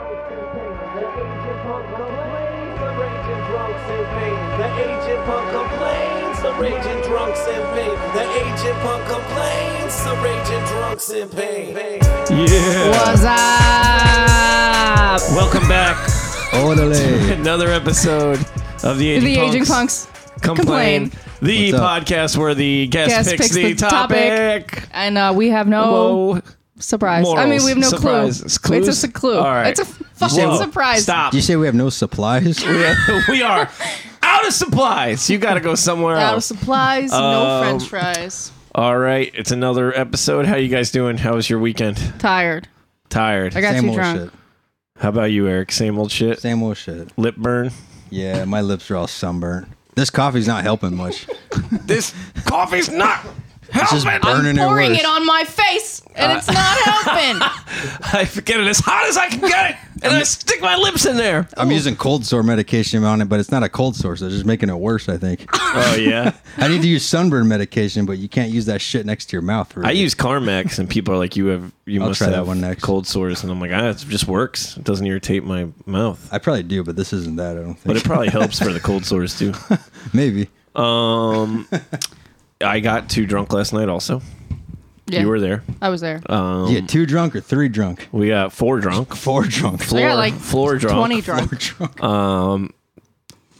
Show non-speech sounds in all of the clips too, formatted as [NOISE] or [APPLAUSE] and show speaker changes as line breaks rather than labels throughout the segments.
The agent punk complains, the raging drunks in pain. The agent punk complains, the raging drunks in pain. The agent punk complains, the raging drunks in pain.
Yeah.
What's up?
Welcome back.
Orderly.
Another episode of the Aging
The
Punks
aging punks.
complain.
Complain.
The
What's up?
podcast where the guest,
Guest
picks,
picks
the
the topic.
topic.
And uh, we have no
Whoa.
surprise. I
morals.
mean, we have no
Surprise.
clue.
It's clues?
It's just a clue.
All right.
It's a fucking
Whoa.
surprise.
Stop.
Did
[LAUGHS]
you say we have no supplies?
we are out of supplies. You got to go somewhere
Out of
else.
supplies,
Um,
no french fries.
All right. It's another episode. How you guys doing? How was your weekend?
Tired.
Tired.
I got
Same
too
old
drunk.
shit.
How about you, Eric? Same old shit.
Same old shit.
Lip burn.
Yeah, my lips are all sunburnt. This coffee's not helping much.
This coffee's not
It's just
helping.
burning it
Pouring
worse.
it on my face, and
Uh, [LAUGHS]
it's not helping.
I get it as hot as I can [LAUGHS] get it, and I stick my lips in there.
I'm using cold sore medication on it, but it's not a cold sore, so it's just making it worse, I think.
Oh [LAUGHS] yeah,
I need to use sunburn medication, but you can't use that shit next to your mouth. Really.
I use Carmex, and people are like, "You have you
I'll
must
try
have
that one next.
cold sores," and I'm like, "Ah, it just works. It doesn't irritate my mouth,
I probably do, but this isn't that, I don't think.
but it probably helps for the cold sores
[LAUGHS]
too."
Maybe.
Um, I got too drunk last night. Also,
Yeah,
you were there.
I was there.
Um,
You get two drunk or three drunk?
we got four drunk,
Four drunk.
I
Four
got like
floor drunk.
twenty drunk.
drunk.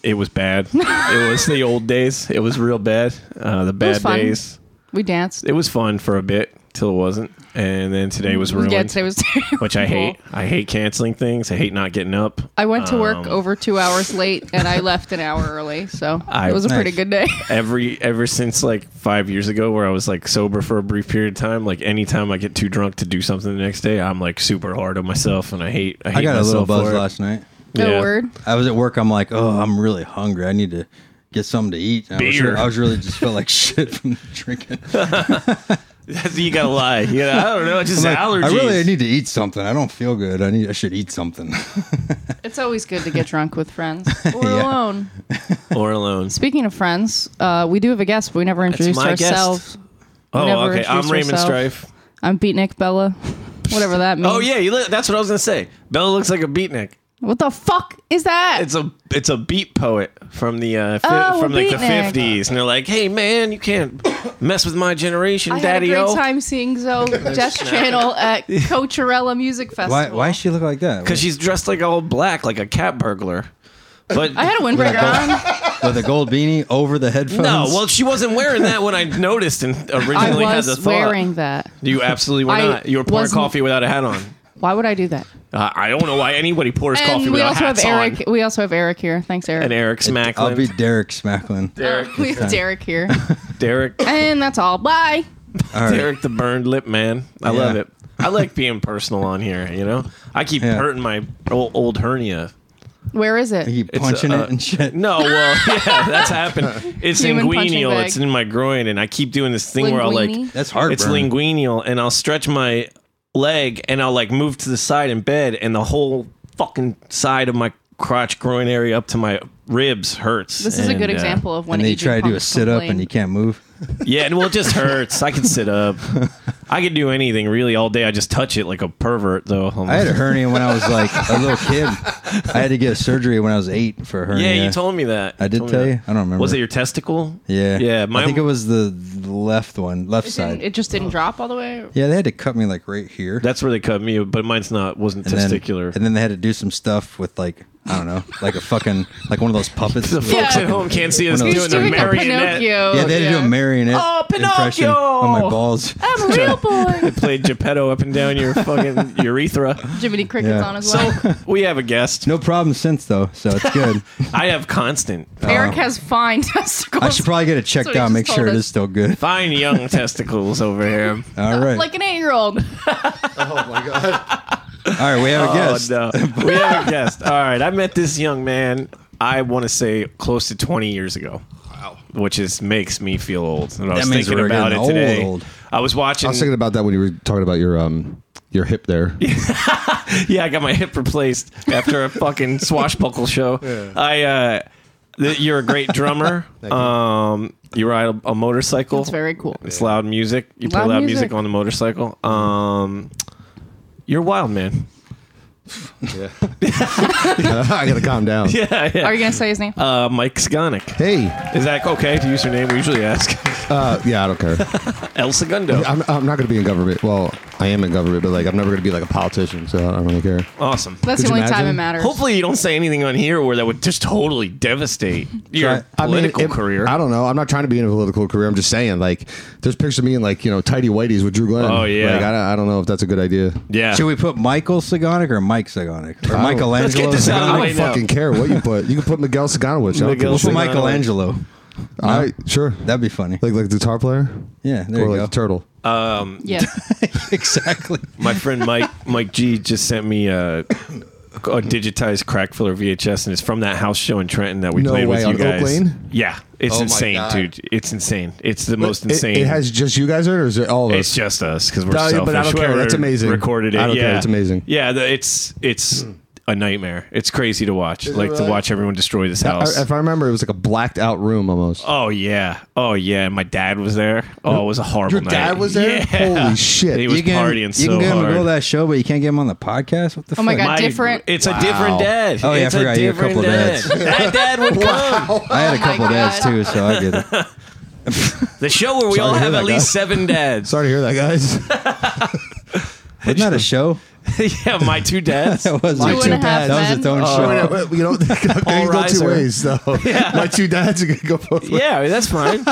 It was [LAUGHS] bad. it was the old days. It was real bad. Uh, the bad
fun.
days. [LAUGHS]
We danced.
It was fun for a bit till it wasn't, and then today was ruined.
Yeah, today was
[LAUGHS]
terrible.
which I hate. I hate canceling things. I hate not getting up.
I went to work
Um,
over two hours late, and I left an hour early, so
I-
it was a pretty
Nice.
good day. [LAUGHS]
Every ever since like five years ago, where I was like sober for a brief period of time, like anytime I get too drunk to do something the next day, I'm like super hard on myself, and I hate. I, hate
I got a little
myself for
buzz
it. [LAUGHS]
last night.
No
Yeah.
word.
I was at work. I'm like, oh, I'm really hungry. I need to get something to eat. And I was,
Beer.
I was really just felt like [LAUGHS] shit from drinking.
you gotta lie. Yeah, I don't know. It's just
Like,
allergies.
I really need to eat something. I don't feel good. I need. I should
[LAUGHS]
eat something.
It's always good to get drunk with friends or
Yeah.
alone.
or alone.
Speaking of friends, uh, we do have a guest, but we never introduced
my guest.
ourselves.
Oh,
never
okay. I'm
introduced
Raymond
yourself.
Strife.
I'm Beatnik Bella, [LAUGHS] whatever that means.
Oh yeah, you look, that's what I was gonna say. Bella looks like a beatnik.
What the fuck is that?
It's a it's a beat poet from the uh, fi-
Oh,
from
a
like the
beatnik.
50s, and they're like, "Hey man, you can't [COUGHS] mess with my generation,
I had a
Daddy
great
O."
time
[LAUGHS]
seeing Zoe Death Channel at Coachella Music Festival.
why? Why does she look like that?
Because she's dressed like all black, like a cat burglar. But
I had a windbreaker on.
with a gold beanie over the headphones.
no, well, she wasn't wearing that when I noticed and
[LAUGHS]
[LAUGHS]
I
originally had the
was
thought.
wearing that.
You absolutely were
I
not. You were pouring
wasn't-
coffee without a hat on.
Why would I do that?
Uh, I don't know why anybody pours coffee
And we
without
also have
hats
Eric.
on.
We also have Eric here. Thanks, Eric. Uh,
And Eric
I'll
Smacklin.
be Derek Smacklin.
Derek.
we have
[LAUGHS]
Derek here,
Derek.
and that's all. Bye.
All right.
Derek the burned lip man. I love
Yeah.
it. I like being personal on here, you know? I keep
Yeah.
hurting my old, old hernia.
Where is it?
He punching
uh,
it and shit.
No, well, [LAUGHS] yeah, that's
[LAUGHS]
happened. It's
Human punching
inguinal.
bag.
It's in my groin, and I keep doing this thing where I'll like
Linguini?
That's hard.
it's linguinal and I'll stretch my leg and I'll like move to the side in bed and the whole fucking side of my crotch groin area up to my ribs hurts.
This is a
And,
good
uh,
example of when E
And they
aging
try to do a
punks
sit up
complain.
and you can't move.
Yeah, and well it
[LAUGHS]
just hurts. I can sit up. I could do anything really all day. I just touch it like a pervert though. I'm
I had a
like-
hernia when I was like a
[LAUGHS]
little kid. I had to get surgery when I was eight for a hernia.
yeah, you told me that.
I did
told me
tell
that.
you? I don't remember.
Was it your testicle?
Yeah.
Yeah. Mine,
I think it was the the left one, left
It,
side.
didn't, it just didn't drop all the way.
yeah, they had to cut me like right here.
that's where they cut me, but mine's not wasn't
and then,
testicular.
And then they had to do some stuff with like I don't know, like a fucking like one of those
[LAUGHS]
puppets.
the folks
Yeah.
at home can't see us
One of
doing
those
He's
the
doing a
marionette.
Pinocchio.
yeah, they had to do a marionette
Oh,
impression
Pinocchio!
on my balls.
I'm a real
[LAUGHS]
boy.
Played Geppetto up and down your fucking urethra.
Jiminy Cricket's
Yeah.
on his
So um,
way.
we have a guest.
No problem since though, so
[LAUGHS]
it's good.
I have constant.
Eric has fine [LAUGHS] testicles.
I should probably get it
That's
checked
what he
out,
just
make sure
told
it
us.
is still good.
Fine young testicles over here.
All right,
like an
[LAUGHS]
eight-year-old.
Oh
[LAUGHS]
all right, we have a guest.
Oh, no. We have a guest. All right. I met this young man, I want to say close to 20 years ago. Wow. Which is makes me feel old. And I was
means
thinking
we're
about it
getting
today.
old.
I was watching.
I was thinking about that when you were talking about your um your hip there. [LAUGHS]
yeah, I got my hip replaced after a fucking swashbuckle show. I, uh, th- you're a
[LAUGHS]
great drummer. um, you ride a, a motorcycle.
It's very cool.
It's loud music. You play
Loud
loud music.
music. [LAUGHS]
on the motorcycle. Um, you're wild, man.
Yeah. I gotta calm
[LAUGHS]
down.
Yeah, yeah.
Are you gonna say his name?
Uh, Mike Skonic.
Hey.
Is that okay to use your name? We usually ask. [LAUGHS]
Uh, yeah, I don't care.
El Segundo.
I'm, I'm not gonna be in government. Well, I am in government, but like I'm never gonna be like a politician, so I don't really care.
Awesome.
That's
could
the
you
only time it
imagine?
matters.
Hopefully you don't say anything on here where that would just totally devastate your
I mean,
political
it-
career.
I don't know. I'm not trying to be in a political career. I'm just saying, like, there's pictures of me in like you know tidy whiteys with Drew Glenn.
Oh, yeah.
Like, I, don't- I don't know if that's a good idea.
yeah.
Should we put Michael Sagonic or Mike Sagonic or
don't-
Michelangelo?
Let's get this out of the
I
Sagonic?
don't
way now.
fucking care what you put. You can put Miguel Saganowicz. I don't give a
Miguel
shit.
We'll put Michelangelo.
All right, sure.
That'd be funny.
Like like the guitar player.
yeah, there
or
you
like
go.
the turtle.
Um,
Yeah.
[LAUGHS] exactly.
my friend Mike Mike G just sent me a, a digitized crack filler VHS, and it's from that house show in Trenton that we
No
played
way,
with you
on Oak
guys.
Lane?
Yeah, it's
Oh my
insane,
God.
dude. It's insane. It's the most
It-
insane.
It, has just you guys in it, or is it all of us?
It's just us because we're
No, yeah,
selfish.
but I don't care.
Whoever
That's amazing.
Recorded it.
I don't
yeah.
care. It's amazing.
Yeah, the, it's it's a nightmare. It's crazy to watch.
it
like to
really?
watch everyone destroy this
I,
house.
if I remember, it was like a blacked out room almost.
oh yeah, oh yeah. My dad was there. Oh, it was a horrible.
Your dad
night.
was there?
[LAUGHS] Yeah.
Holy shit.
He was
You
partying
you
so
can get him
hard.
to go to that show, but you can't get him on the podcast. What the?
Oh my
fuck?
God. different-
It's a different
Wow.
dad.
Oh, yeah, I
it's
forgot you had a couple
dad. [LAUGHS]
dads.
that dad
[LAUGHS]
would come.
I had a
Oh my
couple dads
God.
too, so I get
[LAUGHS]
it.
The show where we all
to hear
have
that,
at least seven dads.
Sorry to hear that, guys.
Wasn't that
[LAUGHS]
a show? [LAUGHS]
yeah, my
[LAUGHS]
two dads.
That was
Two and a half
That was
men.
its own
Oh,
show.
wait, wait, you know, [LAUGHS] they can go two
Riser.
ways though.
[LAUGHS]
My two dads are gonna go both ways.
yeah, that's
[LAUGHS]
fine.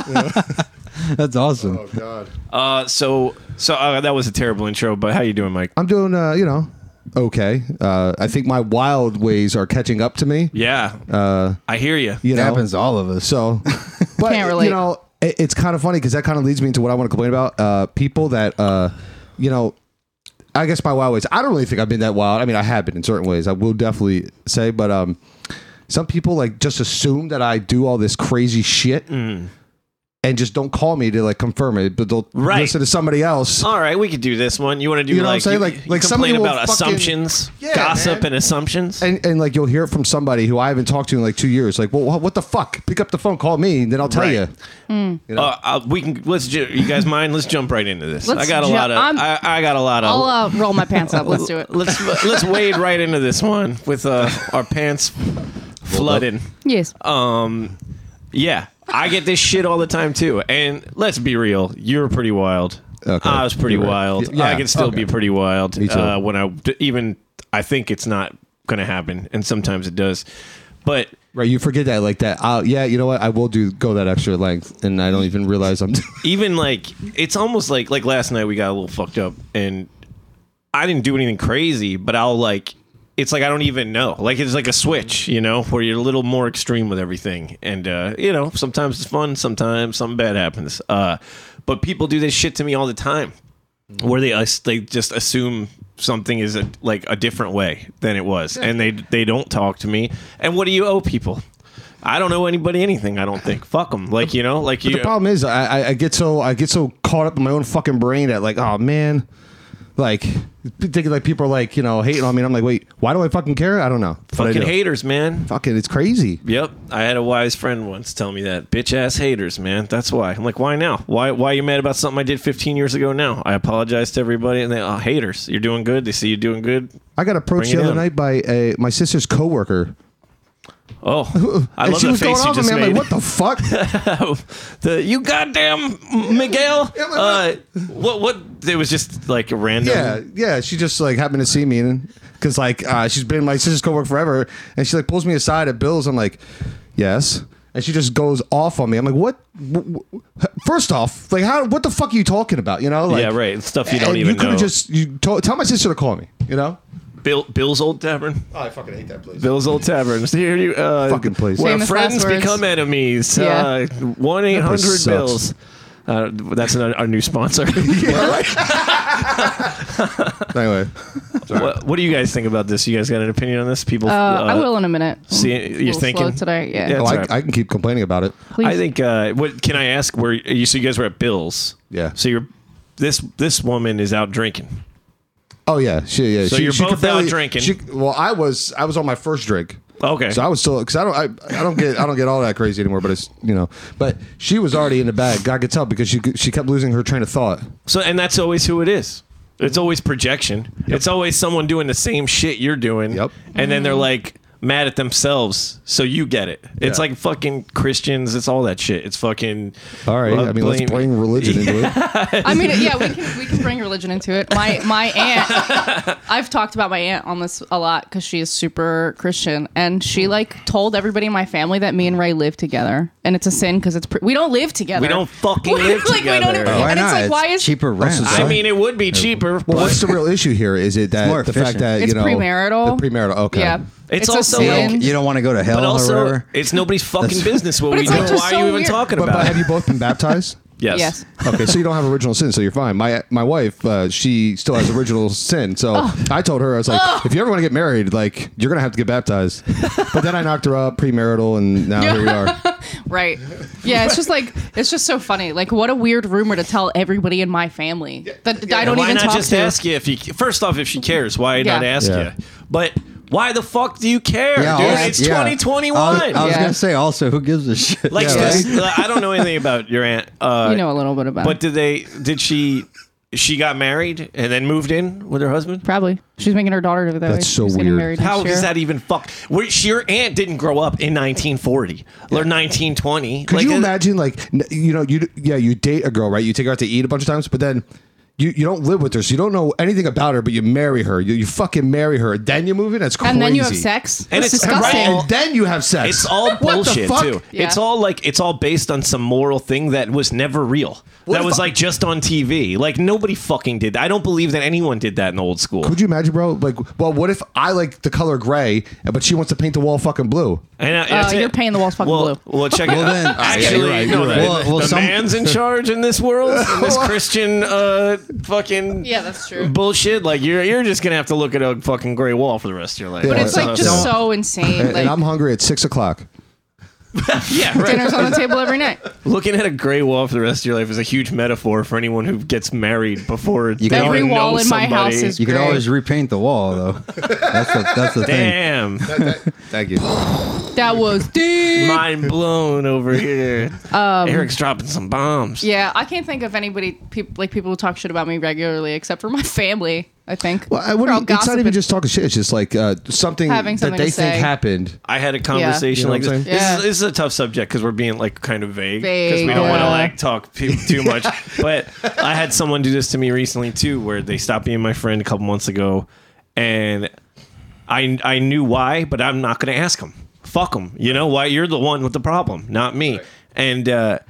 That's awesome.
God.
Uh, so, so uh, that was a terrible intro. But how you doing, Mike?
I'm doing, uh, you know, okay. Uh, I think my wild ways are catching up to me.
Yeah,
Uh,
I hear you.
you
It
know,
happens to all of
[LAUGHS]
us.
So, but
Can't relate.
you know, it, it's kind of funny because that kind of leads me into what I want to complain about. Uh, people that, uh, you know, I guess my wild ways. I don't really think I've been that wild. I mean, I have been in certain ways. I will definitely say, but um, some people like just assume that I do all this crazy shit.
Mm.
And just don't call me to like confirm it, but they'll
Right. Uh.
listen to somebody else.
All right, we could do this one. You want to do
You know what I'm
like,
saying?
you-
Like-
you
like somebody
complain
will
about
fucking-
assumptions,
Yeah,
gossip,
man.
and assumptions.
and and like you'll hear it from somebody who I haven't talked to in like two years. Like, well, wha- what the fuck? Pick up the phone, call me, and then I'll tell
Right.
you.
Uh, uh, we can let's. Ju- you guys mind? Let's jump right into this.
Let's
I got a
ju-
lot of.
I'm-
I, I got a lot of.
I'll uh, roll my pants up. Let's do it.
let's let's wade right into this one with uh, our pants flooding.
Yes.
Um, yeah, I get this shit all the time too. And let's be real, you were pretty wild.
Okay.
I was pretty
You're right.
wild.
Y- yeah.
I can still be
Okay.
pretty wild.
Me too.
Uh, when I d- even I think it's not going to happen, and sometimes it does. But
Right, you forget that like that. Uh, yeah, you know what? I will do go that extra length, and I don't even realize I'm. [LAUGHS]
even like it's almost like like last night we got a little fucked up and I didn't do anything crazy, but I'll like it's like I don't even know. Like it's like a switch, you know, where you're a little more extreme with everything. And uh, you know, sometimes it's fun, sometimes something bad happens. Uh but people do this shit to me all the time. Where they us they just assume something is a, like a different way than it was, and they they don't talk to me. And what do you owe people? I don't owe anybody anything. I don't think. Fuck them. Like you know, like you.
The problem is, I, I I get so I get so caught up in my own fucking brain that like, oh man, like thinking like people are like you know hating on me. And I'm like, wait, why do I fucking care? I don't know. But I
Fucking
do.
haters, man.
Fucking, it's crazy.
Yep, I had a wise friend once tell me that bitch ass haters, man. That's why. I'm like, why now? Why why are you mad about something I did 15 years ago? Now I apologize to everybody, and they oh, haters. You're doing good. They see you doing good.
I got approached
Bring it
the other
in.
night by a my sister's coworker.
Oh, I
[LAUGHS] and
love
she
the
was
face
going
you
off on
just
me. I'm
made. Oh,
like, what
[LAUGHS]
the fuck?
the you goddamn Miguel.
Yeah, like,
Uh, what what? It was just like a random.
Yeah, yeah. She just like happened to see me, and because like uh, she's been my sister's coworker forever, and she like pulls me aside at Bill's. I'm like, yes, and she just goes off on me. I'm like, what? wh- wh- First off, like how? What the fuck are you talking about? You know? Like,
yeah, right. Stuff you
and
don't even
you could
know.
have just you to- tell my sister to call me. You know?
Bill, Bill's old tavern.
Oh, I fucking hate that place.
Bill's Old Tavern. Here you uh,
Fucking place.
Where
Famous
friends
last words.
become enemies. Uh,
Yeah.
One eight hundred
sucks.
Bills. Uh, that's an, our new
[LAUGHS]
sponsor.
[LAUGHS] anyway,
what, what do you guys think about this? You guys got an opinion on this? People,
Uh, I will in a minute.
See, you're
little slow
thinking
today, yeah.
oh,
that's
I,
all right.
I can keep complaining about it.
Please.
I think. Uh, what can I ask? Where you? So you guys were at Bills.
Yeah.
So you're this this woman is out drinking.
Oh yeah, she yeah.
So
she,
you're
she could
both out
barely-
drinking.
She, well, I was I was on my first drink.
Okay.
So I was still because I don't I, I don't get I don't get all that crazy anymore. But it's you know, but she was already in the bag. I could tell because she she kept losing her train of thought.
So and that's always who it is. It's
Mm-hmm.
always projection. It's always someone doing the same shit you're doing.
Yep.
And then
Mm-hmm.
they're like mad at themselves. So you get it. It's
Yeah.
like fucking Christians. It's all that shit. It's fucking.
All right. I mean, let's bring religion into it.
[LAUGHS]
I mean, yeah, we can we can bring religion into it. My my aunt, I've talked about my aunt on this a lot because she is super Christian, and
Hmm.
she like told everybody in my family that me and Ray live together, and it's a sin because it's pr- we don't live together.
We don't fucking live
[LAUGHS] like, We don't
together.
even,
Why
and
not?
it's like why is
cheaper rent?
Also,
I mean, it would be cheaper.
Well,
but
what's the real issue here? Is it that
more
the fact
efficient.
that
It's
you know
premarital.
The premarital. Okay.
yeah,
It's
a
also,
you,
sin.
don't, you don't want to go to hell
but
or
also,
whatever.
it's nobody's fucking business what
But
we
it's
do.
like just
Why
so
are you even
weird.
talking
But,
about
but
it?
have you both been baptized?
yes.
yes.
Okay, so you don't have original sin, so you're fine. My my wife, uh, she still has original sin, so
Oh.
I told her I was like, if you ever want to get married, like you're gonna have to get baptized. but then I knocked her up premarital, and now here
[LAUGHS]
we are.
Right. Yeah, it's just like it's just so funny. Like what a weird rumor to tell everybody in my family that I don't
why
even
not
talk
just
to.
ask you if you first off if she cares why not
Yeah.
ask
Yeah.
you but why the fuck do you care dude
also-
it's
yeah.
2021
I was, I was
Yeah.
gonna say also, who gives a shit?
like
Yeah,
just- i don't know anything about your aunt uh
[LAUGHS] you know a little bit about.
but
it.
did they did she she got married and then moved in with her husband
Probably she's making her daughter that.
That's so
She's getting
weird.
married
How
next year.
is that even fuck? Wait, she- your aunt didn't grow up in 1940 or 1920.
Could
like,
you
it-
imagine, like, n- you know, you yeah, you date a girl, right? You take her out to eat a bunch of times, but then you, you don't live with her, so you don't know anything about her, but you marry her, you, you fucking marry her, then you move in. That's crazy.
And then you have sex.
And
That's
it's
disgusting.
right.
and then you have sex.
It's all
[LAUGHS] What the
bullshit
fuck?
too.
Yeah.
It's all like it's all based on some moral thing that was never real. that
if
was
I-
like just on TV. Like nobody fucking did. that. I don't believe that anyone did that in old school.
Could you imagine, bro? Like, well, what if I like the color gray, but she wants to paint the wall fucking blue?
And, uh,
Uh,
that's
you're
it.
paying the walls fucking
well,
blue.
Well, check it.
Well, then-
out. [LAUGHS] actually,
Yeah, you're right,
no,
you're
the,
right. Well, well,
the
some-
man's in charge in this world, in
[LAUGHS]
this Christian uh, fucking
Yeah, that's true.
bullshit. Like you're you're just gonna have to look at a fucking gray wall for the rest of your life.
But
But it's like just so insane.
And, and I'm
Like
hungry at six o'clock.
yeah, right.
[LAUGHS] dinner's
[LAUGHS]
on the table every night.
Looking at a gray wall for the rest of your life is a huge metaphor for anyone who gets married before you
can
Every wall in my house is
You can
gray.
always repaint the wall though. That's the, that's the thing.
Damn,
Thank you.
That was deep.
mind blown over
[LAUGHS]
here.
Um,
Eric's dropping some bombs.
Yeah, I can't think of anybody peop like people who talk shit about me regularly except for my family. I think.
Well, I
They're all
wouldn't, it's not even
gossiping.
just talking shit. It's just like uh, something,
Having
that
something to
they think
say.
happened.
I had a conversation
You know
like
what I'm
this.
saying?
This,
Yeah.
is, this is a tough subject because we're being like kind of vague because we
Vague,
don't want to
yeah.
like talk pe- too
[LAUGHS]
much. But I had someone do this to me recently too, where they stopped being my friend a couple months ago, and I I knew why, but I'm not going to ask them. Fuck them. You know why? You're the one with the problem, not me. And uh,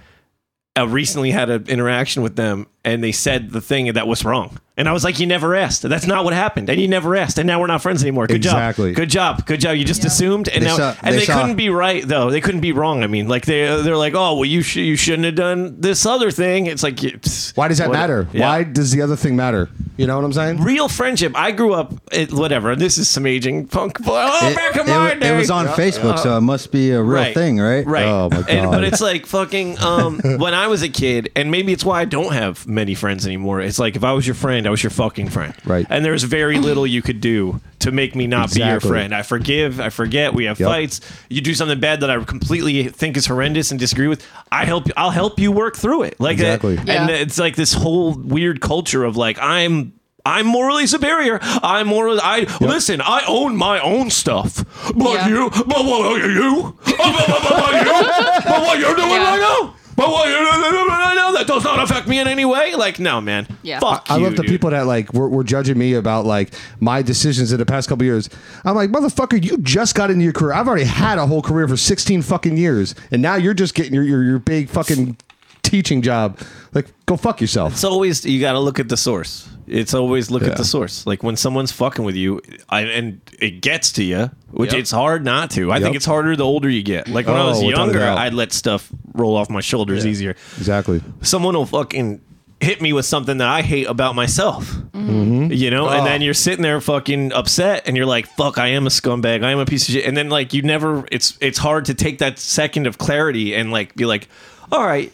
I recently had an interaction with them, and they said the thing that was wrong. And I was like, "You never asked. That's not what happened. And you never asked. And now we're not friends anymore. Good
Exactly.
job. Good job. Good job. You just assumed, and
They
now
saw-
and
they
they
saw-
couldn't be right though. They couldn't be wrong. I mean, like they they're like, "Oh, well, you sh- you shouldn't have done this other thing." It's like, you- pss,
Why does that
what-
matter?
Yeah
Why does the other thing matter? You know what I'm saying?
real friendship. I grew up at whatever. This is some aging punk. Oh,
It,
back in
it-
my
it
day. Uh,
was on Facebook, so it must be a real thing, right?
Right.
Oh, my
And, but
God.
it's like fucking.
[LAUGHS]
Um, when I was a kid, and maybe it's why I don't have many friends anymore. It's like if I was your friend, I was your fucking friend.
Right.
And there's very little you could do to make me not be your
Exactly.
friend. I forgive. I forget. We have
Yep.
fights. You do something bad that I completely think is horrendous and disagree with. I help. I'll help you work through it. Like that-
Exactly.
Yeah.
And it's like this whole weird culture of like I'm I'm morally superior. I'm morally. I listen. I own my own stuff. But
Yeah.
you. But what are you? Oh, but, but, but, but you. But what you're doing
Yeah.
right now. But what you're doing right now that does not affect me in any way. Like no, man.
Yeah.
Fuck.
I
you,
love the
dude.
people that like were, were judging me about like my decisions in the past couple years. I'm like, motherfucker, you just got into your career. I've already had a whole career for 16 fucking years, and now you're just getting your your, your big fucking teaching job. Like, go fuck yourself.
It's always you got to look at the source. It's always look
Yeah.
at the source. Like when someone's fucking with you, I, and it gets to you, which
Yep.
it's hard not to. I
Yep.
think it's harder the older you get. Like when I
Oh,
was
without a
younger,
doubt.
I'd let stuff roll off my shoulders easier.
Exactly.
Someone will fucking hit me with something that I hate about myself. You know, and
Ah.
then you're sitting there fucking upset, and you're like, "Fuck, I am a scumbag. I am a piece of shit." And then like you never, it's it's hard to take that second of clarity and like be like, "All right."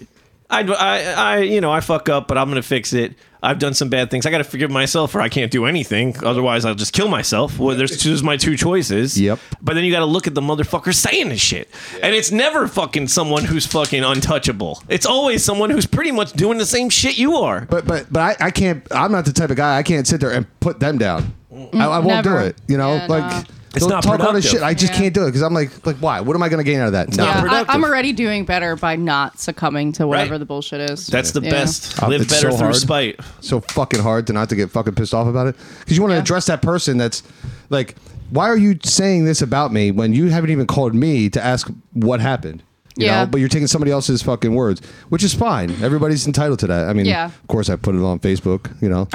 I, I, I, you know, I fuck up, but I'm gonna fix it. I've done some bad things. I got to forgive myself, or I can't do anything. Otherwise, I'll just kill myself. Well, there's two, there's my two choices.
Yep.
But then you got to look at the motherfucker saying this shit, and it's never fucking someone who's fucking untouchable. It's always someone who's pretty much doing the same shit you are.
But but but I, I can't. I'm not the type of guy. I can't sit there and put them down. I, I won't do
never.
it. You know,
Yeah,
like
no.
It's
don't
not
talk about this
productive.
shit. I just
Yeah.
can't do it because I'm like like why? What am I going to gain out of that? No.
not
Yeah, I,
productive.
I'm already doing better by not succumbing to whatever
Right.
the bullshit is.
That's the
Yeah.
best.
Uh,
Live
it's
better
so
through
hard.
spite.
so fucking hard to not to get fucking pissed off about it because you want to
Yeah.
address that person that's like why are you saying this about me when you haven't even called me to ask what happened you
Yeah.
know but you're taking somebody else's fucking words which is fine everybody's entitled to that i mean
Yeah.
of course i put it on facebook
[LAUGHS]
you know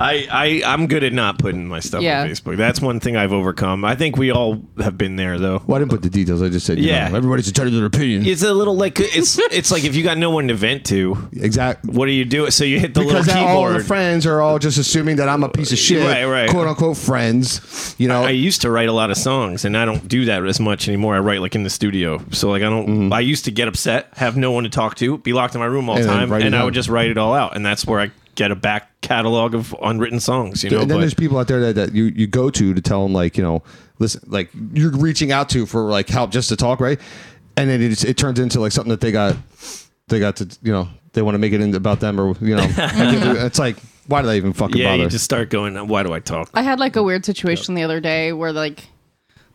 I, I I'm good at not putting my stuff
Yeah.
on Facebook. That's one thing I've overcome. I think we all have been there though.
well i didn't put the details i just said you
Yeah.
know, everybody's entitled to their opinion
It's a little like it's it's like if you got no one to vent to,
exactly
what do you do? So you hit the
because
little
that- all the
keyboard.
friends are all just assuming that I'm a piece of shit,
Right, right.
quote unquote friends. You know,
I used to write a lot of songs, and I don't do that as much anymore. I write like in the studio, so like I don't. I used to get upset, have no one to talk to, be locked in my room all the
Mm-hmm. And then
time,
write it
and I
down.
would just write it all out, and that's where I get a back catalog of unwritten songs. You know,
and then
but-
there's people out there that, that you, you go to to tell them like you know listen like you're reaching out to for like help just to talk right and then it, it turns into like something that they got they got to you know they want to make it into about them or
[LAUGHS]
you know I can't do- it's like why do they even fucking
yeah,
bother
you just start going. Why do I talk?
I had like a weird situation the other day where like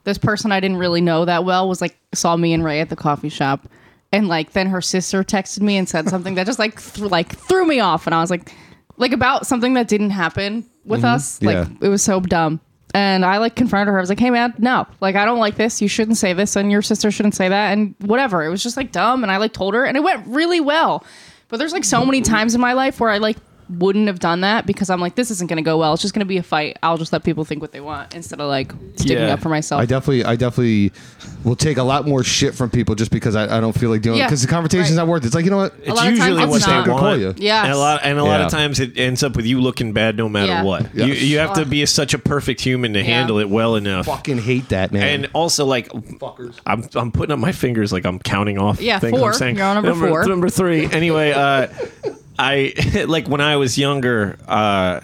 this person I didn't really know that well was like saw me and Ray at the coffee shop, and like then her sister texted me and said something that just like th- like threw me off, and I was like, like about something that didn't happen with us. Like
Mm-hmm. Yeah.
it was so dumb. And I like confronted her. I was like, "Hey, man, no, like I don't like this. You shouldn't say this, and your sister shouldn't say that, and whatever." It was just like dumb, and I like told her, and it went really well. But there's like so many times in my life where I like wouldn't have done that because I'm like, this isn't gonna go well. It's just gonna be a fight. I'll just let people think what they want instead of like sticking
Yeah.
up for myself.
I definitely, I definitely will take a lot more shit from people just because I, I don't feel like doing
Yeah,
because the conversation's
right.
not worth it. It's like you know what,
lot of times
usually
it's
what
not.
they
Call
want.
you.
Yes.
And a lot and a lot
Yeah.
of times it ends up with you looking bad no matter
Yeah.
what.
Yeah.
You you have to be such a perfect human to handle it well enough.
fucking hate that man.
And also, like, I'm, I'm putting up my fingers like I'm counting off.
Yeah,
things
four.
I'm saying.
You're on number four.
Number three. Anyway, uh, I [LAUGHS] like when I was younger. Uh,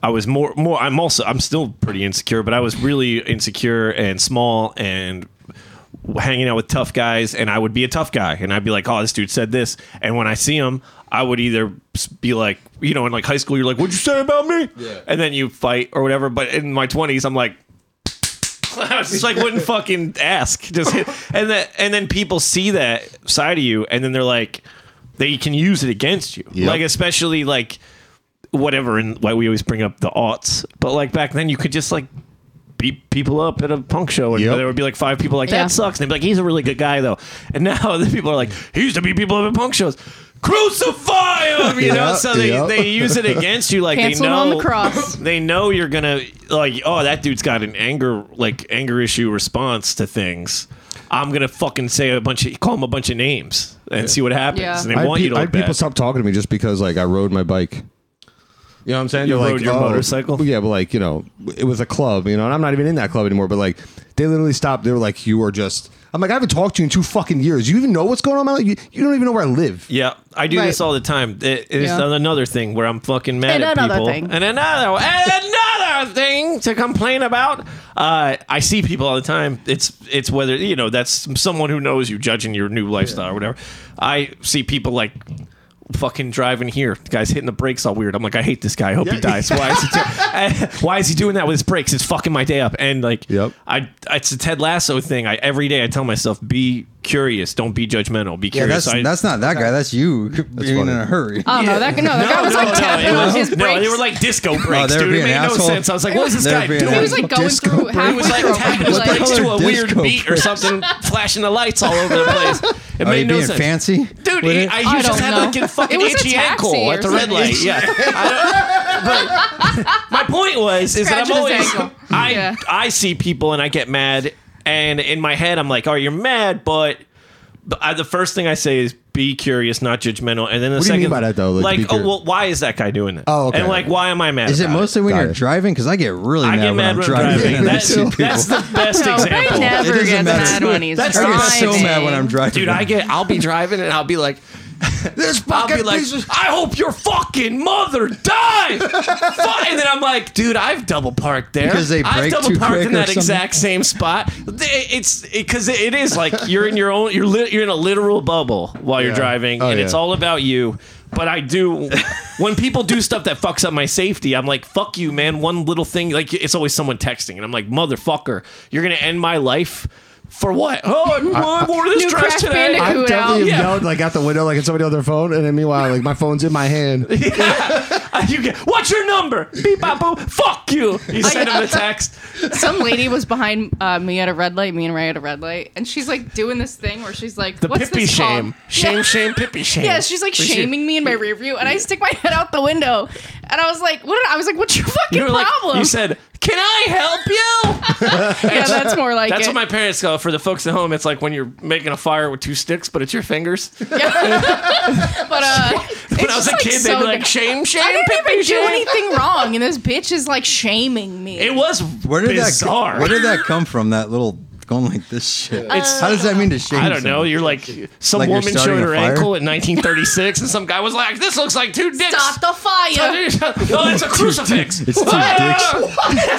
I was more more. I'm also I'm still pretty insecure, but I was really insecure and small and hanging out with tough guys and I would be a tough guy and I'd be like, oh, this dude said this. And when I see him, I would either s- be like, you know, in like high school, you're like, what'd you say about me? Yeah. And then you fight or whatever. But in my 20s, I'm like, [LAUGHS] I was just like wouldn't fucking ask. Just hit. and that and then people see that side of you and then they're like they can use it against you.
Yep.
Like especially like whatever and why we always bring up the aughts. But like back then you could just like beat people up at a punk show and
Yep.
there would be like five people like that
Yeah.
sucks and they'd be like he's a really good guy though. And now [LAUGHS] the people are like he used to beat people up at punk shows. Crucify him, you know.
Yep,
So they,
yep.
they use it against you, like
Cancel
they
him
know
on the
[LAUGHS]
cross.
they know you're gonna like oh that dude's got an anger like anger issue response to things i'm gonna fucking say a bunch of call him a bunch of names and see what happens
Yeah.
and they
I had
want
pe-
you to
I
look
had people
bad.
stop talking to me just because like I rode my bike. You know what I'm saying?
You
They're
rode
like, oh,
your motorcycle?
Yeah, but like you know, it was a club. You know, and I'm not even in that club anymore. But like, they literally stopped. They were like, "You are just." I'm like, I haven't talked to you in two fucking years. You even know what's going on? in My life? You, you don't even know where I live.
yeah i do this
Right.
all the time it, it's
Yeah.
another thing where i'm fucking mad
And
at
another
people
thing.
and another and another thing to complain about uh, i see people all the time it's it's whether you know that's someone who knows you judging your new lifestyle or whatever i see people like fucking driving here. The guy's hitting the brakes all weird. I'm like, I hate this guy. I hope he dies. Why is he,
[LAUGHS]
do- why is he doing that with his brakes? It's fucking my day up. And like,
Yep.
I it's a Ted Lasso thing. I every day I tell myself, be curious, don't be judgmental, be
Yeah,
curious.
that's
I,
that's not that guy.
[LAUGHS]
That's Uh, you being in a hurry.
Oh no, that no, that guy was like tapping on his
no,
brakes.
they were like disco
Oh,
brakes,
they were
dude. It
being
made no
asshole.
sense. I was like, what is this
They were
guy
being
doing?
he was like going
Disco
through
brakes.
halfway
It was like
through.
tapping his
What the
like,
brakes
hell
to
are
a weird
disco
beat or
brakes?
something, flashing the lights all over the place. It
Are
made
you
no
being
sense.
fancy?
Dude,
with
he,
it?
I,
I
he just
don't
had
know.
like a fucking
It was a
itchy
taxi
ankle
or
at the red
something.
light.
[LAUGHS]
Yeah. I don't- but my point was is that I'm
Scratching
always
his ankle.
I
Yeah.
I see people and I get mad and in my head I'm like, oh, you're mad, but But I, the first thing I say is be curious, not judgmental. And then the
What do you
second,
mean by that, though? Like,
Like,
be
oh,
curious.
well, why is that guy doing it?
Oh, okay.
And like, why am I mad?
Is it
about
mostly when
Got
you're
it.
driving? Because I get really
I
mad
get
when
mad
I'm
when
driving. [LAUGHS]
driving.
[LAUGHS]
Me
That's,
too.
that's the best example.
It
never
doesn't
gets
matter.
mad when he's
That's-
driving.
I get so mad when I'm driving.
Dude, I get. I'll be driving and I'll be like,
this
I'll
fucking
be like,
piece of-
I hope your fucking mother dies. Fu- and then I'm like, dude, I've double parked there.
Because they
I've
brake
double
too
parked
quick
in
or
that
something?
exact same spot. They- It's because it, it is like you're in your own. You're lit you're in a literal bubble while you're
Yeah.
driving,
Oh,
and it's
yeah.
all about you. But I do when people do stuff that fucks up my safety. I'm like, fuck you, man. One little thing, like it's always someone texting, and I'm like, motherfucker, you're gonna end my life. For what? Oh, I, wore this
New
dress
Crash
today.
Bandicoot.
I
Dude,
definitely
out.
have yelled like out the window, like at somebody on their phone, and then meanwhile, like my phone's in my
[LAUGHS]
hand.
you get what's your number? Beep bop boop. Fuck you. You send
[LAUGHS]
him a text.
Some lady was behind uh, me at a red light, me and Ray at a red light, and she's like doing this thing where she's like,
The
What's
pippy
this
shame.
called?"
Shame,
Yeah.
shame, pippy shame.
Yeah, she's like
We should- [LAUGHS]
shaming me in my rear view, and I stick my head out the window, and I was like, "What?" did- I was like, "What's your fucking
You were like,
problem?"
you said, Can I help you?
yeah, that's more [LAUGHS] like
That's
it.
what my parents go for the folks at home. It's like when you're making a fire with two sticks, but it's your
[LAUGHS]
fingers.
but uh,
[LAUGHS] When I was a
like
kid,
so
they'd be like,
dumb.
Shame, shame,
I didn't
pippy
even do
shame.
[LAUGHS] anything wrong, and this bitch is like shaming me.
It was
Where did
bizarre.
that? Where did that come from? That little going like this shit.
It's-
How does that mean to shame?
I don't know.
someone?
You're like some
Like you're
woman
starting
showed
a
her
fire?
ankle
[LAUGHS]
in 1936, and some guy was like, "This looks like two dicks."
Stop the fire.
[LAUGHS] oh, it's a crucifix.
It's two dicks.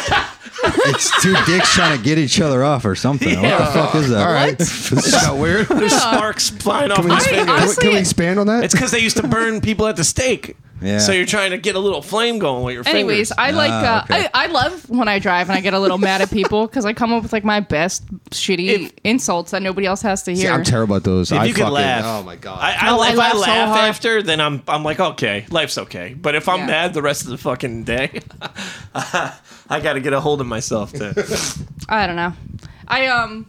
it's two dicks trying to get each other off or something. What the fuck is that? All [LAUGHS] right. this is kinda weird.
There's sparks flying off his
I-
fingers.
Can we,
Honestly,
can we expand on that?
It's because they used to burn people at the stake.
Yeah.
So you're trying to get a little flame going with your
Anyways,
fingers.
I like uh,
Ah, okay.
I, I love when I drive and I get a little mad at people because I come up with like my best shitty
If-
insults that nobody else has to hear.
See, I'm terrible at those.
If
I
you could
fucking-
laugh,
Oh my god.
I, I,
Oh, I
if I
laugh so
laugh
hard.
after, then I'm I'm like, okay, life's okay. But if I'm
Yeah.
mad the rest of the fucking day, [LAUGHS] I got to get a hold of myself. To
[LAUGHS]
I don't know. I um,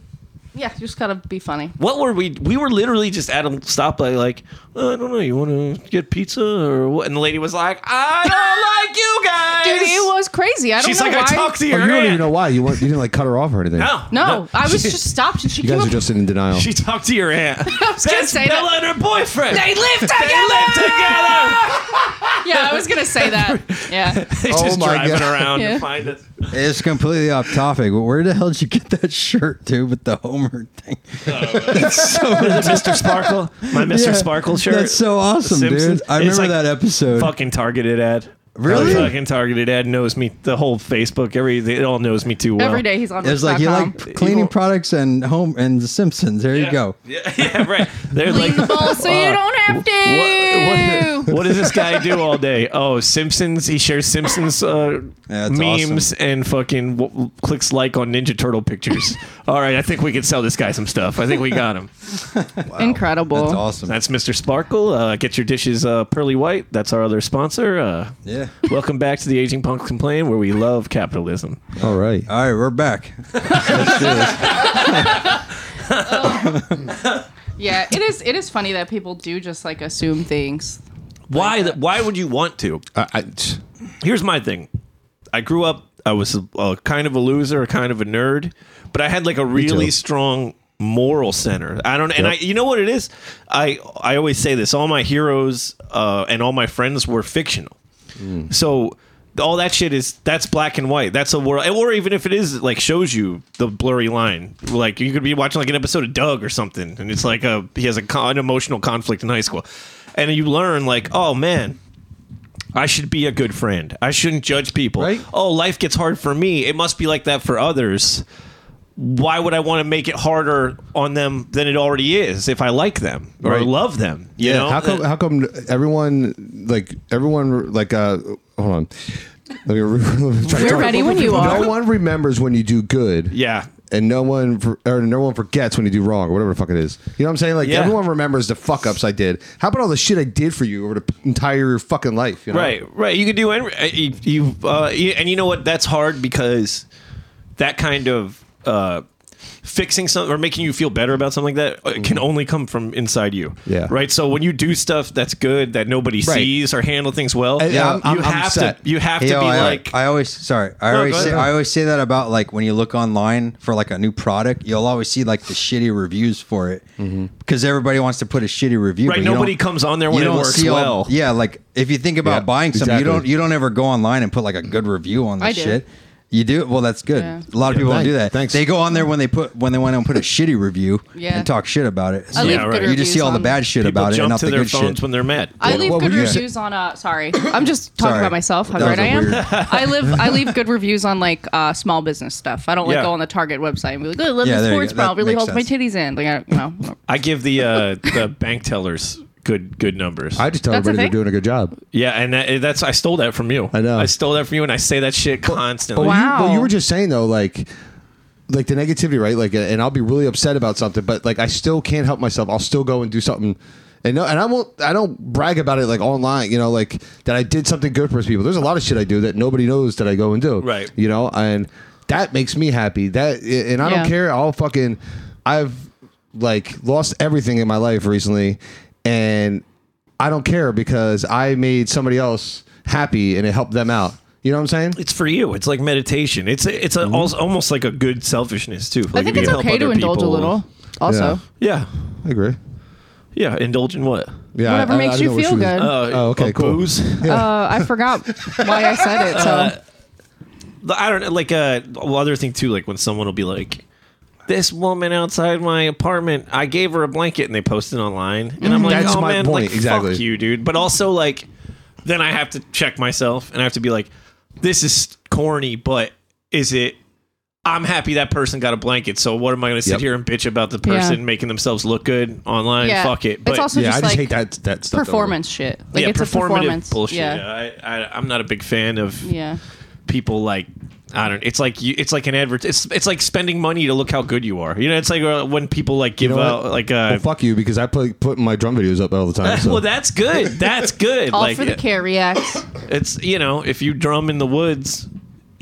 yeah, you just gotta be funny.
what were we? We were literally just at a stoplight, like, "Uh, I don't know, you want to get pizza or what? And the lady was like,
[LAUGHS]
I don't like
Dude,
you guys.
it was crazy. I don't
She's
know
like,
why.
I talked to
Oh,
your
you don't even
aunt.
know why. You weren't, you didn't like cut her off or anything.
No,
No, I was just stopped and she
You
came
guys
up.
are just in denial.
[LAUGHS] She talked to your aunt.
[LAUGHS] I was gonna
That's
say that.
Bella and her boyfriend.
They live together. [LAUGHS] Yeah, I was gonna say that. Yeah,
[LAUGHS] They
Oh
just
my
driving
God.
around
Yeah.
to find
[LAUGHS]
it.
It's completely off topic. But where the hell did you get that shirt, dude? With the Homer thing.
Mr. Sparkle, my Mr.
Yeah.
Sparkle shirt.
That's so awesome,
Simpsons.
dude. I
It's
remember
like-
that episode.
fucking targeted ad.
Really?
Fucking targeted ad knows me. The whole Facebook, every it all knows me too well.
every day he's on.
It was like you
Rich.com.
like cleaning products and home and The Simpsons. There you go.
Yeah, [LAUGHS] yeah, right.
[LAUGHS]
They're
Clean
like, "Uh,
the bowl so
uh,
you don't have to.
[LAUGHS] what, what, what does this guy do all day? Oh, Simpsons. He shares Simpsons uh,
Yeah, that's
memes
awesome.
and fucking w- clicks like on Ninja Turtle pictures. [LAUGHS] all right, I think we can sell this guy some stuff. I think we got him.
Incredible.
That's awesome.
That's Mr. Sparkle. Uh, get your dishes uh, pearly white. That's our other sponsor. Uh,
yeah.
welcome back to the Aging Punk Complain, where we love capitalism.
All right.
All right, we're back. Let's do this.
Yeah, it is. It is funny that people do just like assume things.
Why? th- why would you want to?
I, I, tch.
Here's my thing. I grew up. I was a, a kind of a loser, a kind of a nerd, but I had like a really
too.
strong moral center. I don't, and I, you know what it is. I I always say this. All my heroes uh, and all my friends were fictional. So all that shit is that's black and white. That's a world, or even if it is like shows you the blurry line. Like you could be watching like an episode of Doug or something, and it's like a he has a con, an emotional conflict in high school, and you learn like, oh man. I should be a good friend. I shouldn't judge people.
Right.
Oh, life gets hard for me. It must be like that for others. Why would I want to make it harder on them than it already is if I like them or
Right.
love them? You know?
How come? How come everyone like everyone like uh? Hold on. Let me, [LAUGHS] let me try to
We're
talk.
ready when you are.
No one remembers when you do good.
yeah.
And no one for, or no one forgets when you do wrong or whatever the fuck it is. You know what I'm saying? Like
Yeah.
everyone remembers the fuck ups I did. How about all the shit I did for you over the entire fucking life? You know?
Right, right. You could do any, uh, you, you, uh, you- and you know what? That's hard because that kind of uh, fixing something or making you feel better about something like that uh,
Mm-hmm.
can only come from inside you.
Yeah.
Right. So when you do stuff that's good that nobody
Right.
sees or handle things well,
And
you
I'm- I'm- I'm
have
set.
to you have to
Yo,
be
I,
like
I always sorry. I
No,
always
go
say,
ahead.
I always say that about like when you look online for like a new product, you'll always see like the shitty reviews for it
Mm-hmm.
because everybody wants to put a shitty review.
Right,
but you
nobody
don't-
comes on there when
you
it
don't
works
see all-
well.
Yeah, like if you think about
Yeah,
buying something,
exactly.
you don't you don't ever go online and put like a good review on the
I do.
shit. You do well. That's good.
Yeah.
A lot of people
thank-
don't do that.
thanks.
They go on there when they put when they went and put a shitty review
Yeah.
and talk shit about it. So
leave
good
You just see
reviews
all the
on-
bad shit
people
about it,
jump
and not
to
the
their
good
phones
shit.
when they're mad.
I leave
what
good
were you-
reviews on. Uh,
[COUGHS]
sorry, I'm just talking
Sorry.
about myself. How
That
great
was
I
a
am.
weird-
[LAUGHS] I live. I leave good reviews on like uh, small business stuff. I don't like
Yeah.
go on the Target website and be like, "Oh, love
Yeah,
this
there you
sports
go. That
bra. It Really
makes
holds my
sense.
titties in." Like, I, you know,
I give the uh, the bank tellers good good numbers.
I just tell
That's a
everybody they're
thing?
doing a good job.
yeah, and that, that's I stole that from you.
I know.
I stole that from you, and I say that shit constantly.
But you-
Wow.
but you were just saying though, like, like the negativity, right? Like, uh, and I'll be really upset about something, but like, I still can't help myself. I'll still go and do something. And no, and I won't. I don't brag about it like online, you know, like that I did something good for people. There's a lot of shit I do that nobody knows that I go and do,
Right.
You know, and that makes me happy. That and I don't
Yeah.
care. I'll fucking. I've like lost everything in my life recently, and I don't care because I made somebody else happy and it helped them out. You know what I'm saying?
it's for you. It's like meditation. It's a, it's a,
Mm-hmm.
als- almost like a good selfishness too. Like
I think
if
it's
you help
okay to
other
indulge a
people-
little. Also,
Yeah,
I agree.
yeah. Indulge in what?
Yeah,
whatever
I- I- I
makes
don't know
you
what
feel
she was-
good. Uh,
Uh,
Oh, okay,
a
cool.
Booze.
[LAUGHS]
I
[LAUGHS]
forgot why I said it. So
Uh,
I don't know, like uh well, other thing too. Like when someone will be like, "This woman outside my apartment, I gave her a blanket," and they post it online, and I'm like,
Mm-hmm. That's
"Oh
my
man,
point,
like
exactly.
fuck you, dude." But also like, then I have to check myself, and I have to be like, "This is corny, but is it?" I'm happy that person got a blanket. So what am I going to sit
Yep.
here and bitch about the person
Yeah.
making themselves look good online?
yeah,
Fuck it.
it's also
yeah,
just
I just
like
hate that that stuff. though.
performance shit. Like it's a performance.
bullshit.
Yeah.
Yeah, I, I, I'm not a big fan of
Yeah.
people like I don't. It's like you, it's like an advert. It's it's like spending money to look how good you are. You know, it's like uh, when people like give
You know
out
what?
like uh.
Well, fuck you, because I put put my drum videos up all the time.
[LAUGHS]
So.
well, that's good.
[LAUGHS]
That's good.
All
like
for the care
[COUGHS]
reacts.
it's you know, if you drum in the woods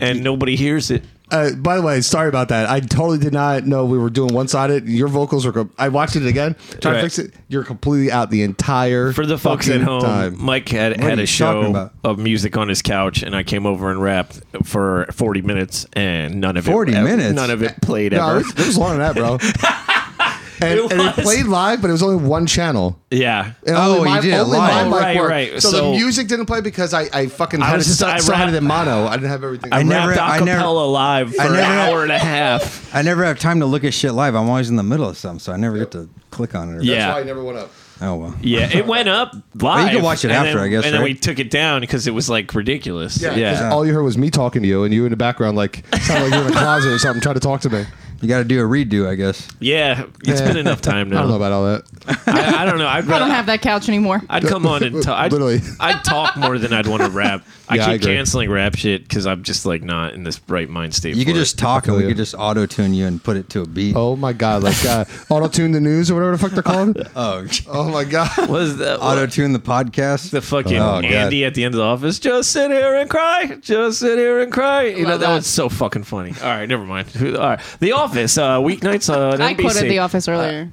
and nobody hears it,
uh, by the way, sorry about that. I totally did not know we were doing one sided. Your vocals are. Com- I watched it again. Try to
Right.
fix it. You're completely out the entire
for the folks at
fucking
home,
Time.
Mike had had a
are you talking
show
about?
of music on his couch, and I came over and rapped for 40 minutes, and none of
40
it,
minutes?
none of it played
No,
ever.
it was, it was longer than that, bro.
[LAUGHS]
and,
It
and it
was.
played live, but it was only one channel.
[LAUGHS] yeah,
And only
Oh, you
my,
did it
only
live.
My mic
Right,
worked.
right.
So,
So-
the music didn't play because I, I fucking
I
had
was
it
just- I
si- sided
rap-
in mono. I didn't have everything.
I
never-
rapped
I
acapella
never-
live for
never-
an hour and a half.
I never have time to look at shit live. I'm always in the middle of something, so I never get to click on it. Or
Yeah.
That's why I never went up.
Oh well.
Yeah,
[LAUGHS]
it went up live.
you can watch it
and
after,
then-
I guess,
And then
right?
we took it down because it was like ridiculous. Yeah,
'cause All you heard was me talking to you, and you in the background, like sound like you're in a closet or something, trying to talk to me.
You got to do a redo, I guess.
yeah. It's
Yeah.
been enough time now.
I don't know about all that.
I, I don't know.
[LAUGHS]
I'd,
I don't have that couch anymore.
I'd come on and talk. I'd,
Literally.
I'd talk more than I'd want to
[LAUGHS]
rap. I
Yeah, I
keep
agree.
canceling rap shit because I'm just like not in this right mind state.
You
for
could
it.
just talk, and
feel
we
you.
could just auto tune you and put it to a beat.
Oh my god, like uh, auto tune the news or whatever the fuck they're calling. it.
oh.
Oh
[LAUGHS]
my god.
what is that?
auto
Auto-
tune the podcast.
the fucking
Oh, God.
Andy at the end of the office. Just sit here and cry. Just sit here and cry. You know
Love
that,
that.
was so fucking funny. All right, never mind. All right, The Office uh, weeknights on
I
NBC.
quoted The
Uh,
Office earlier.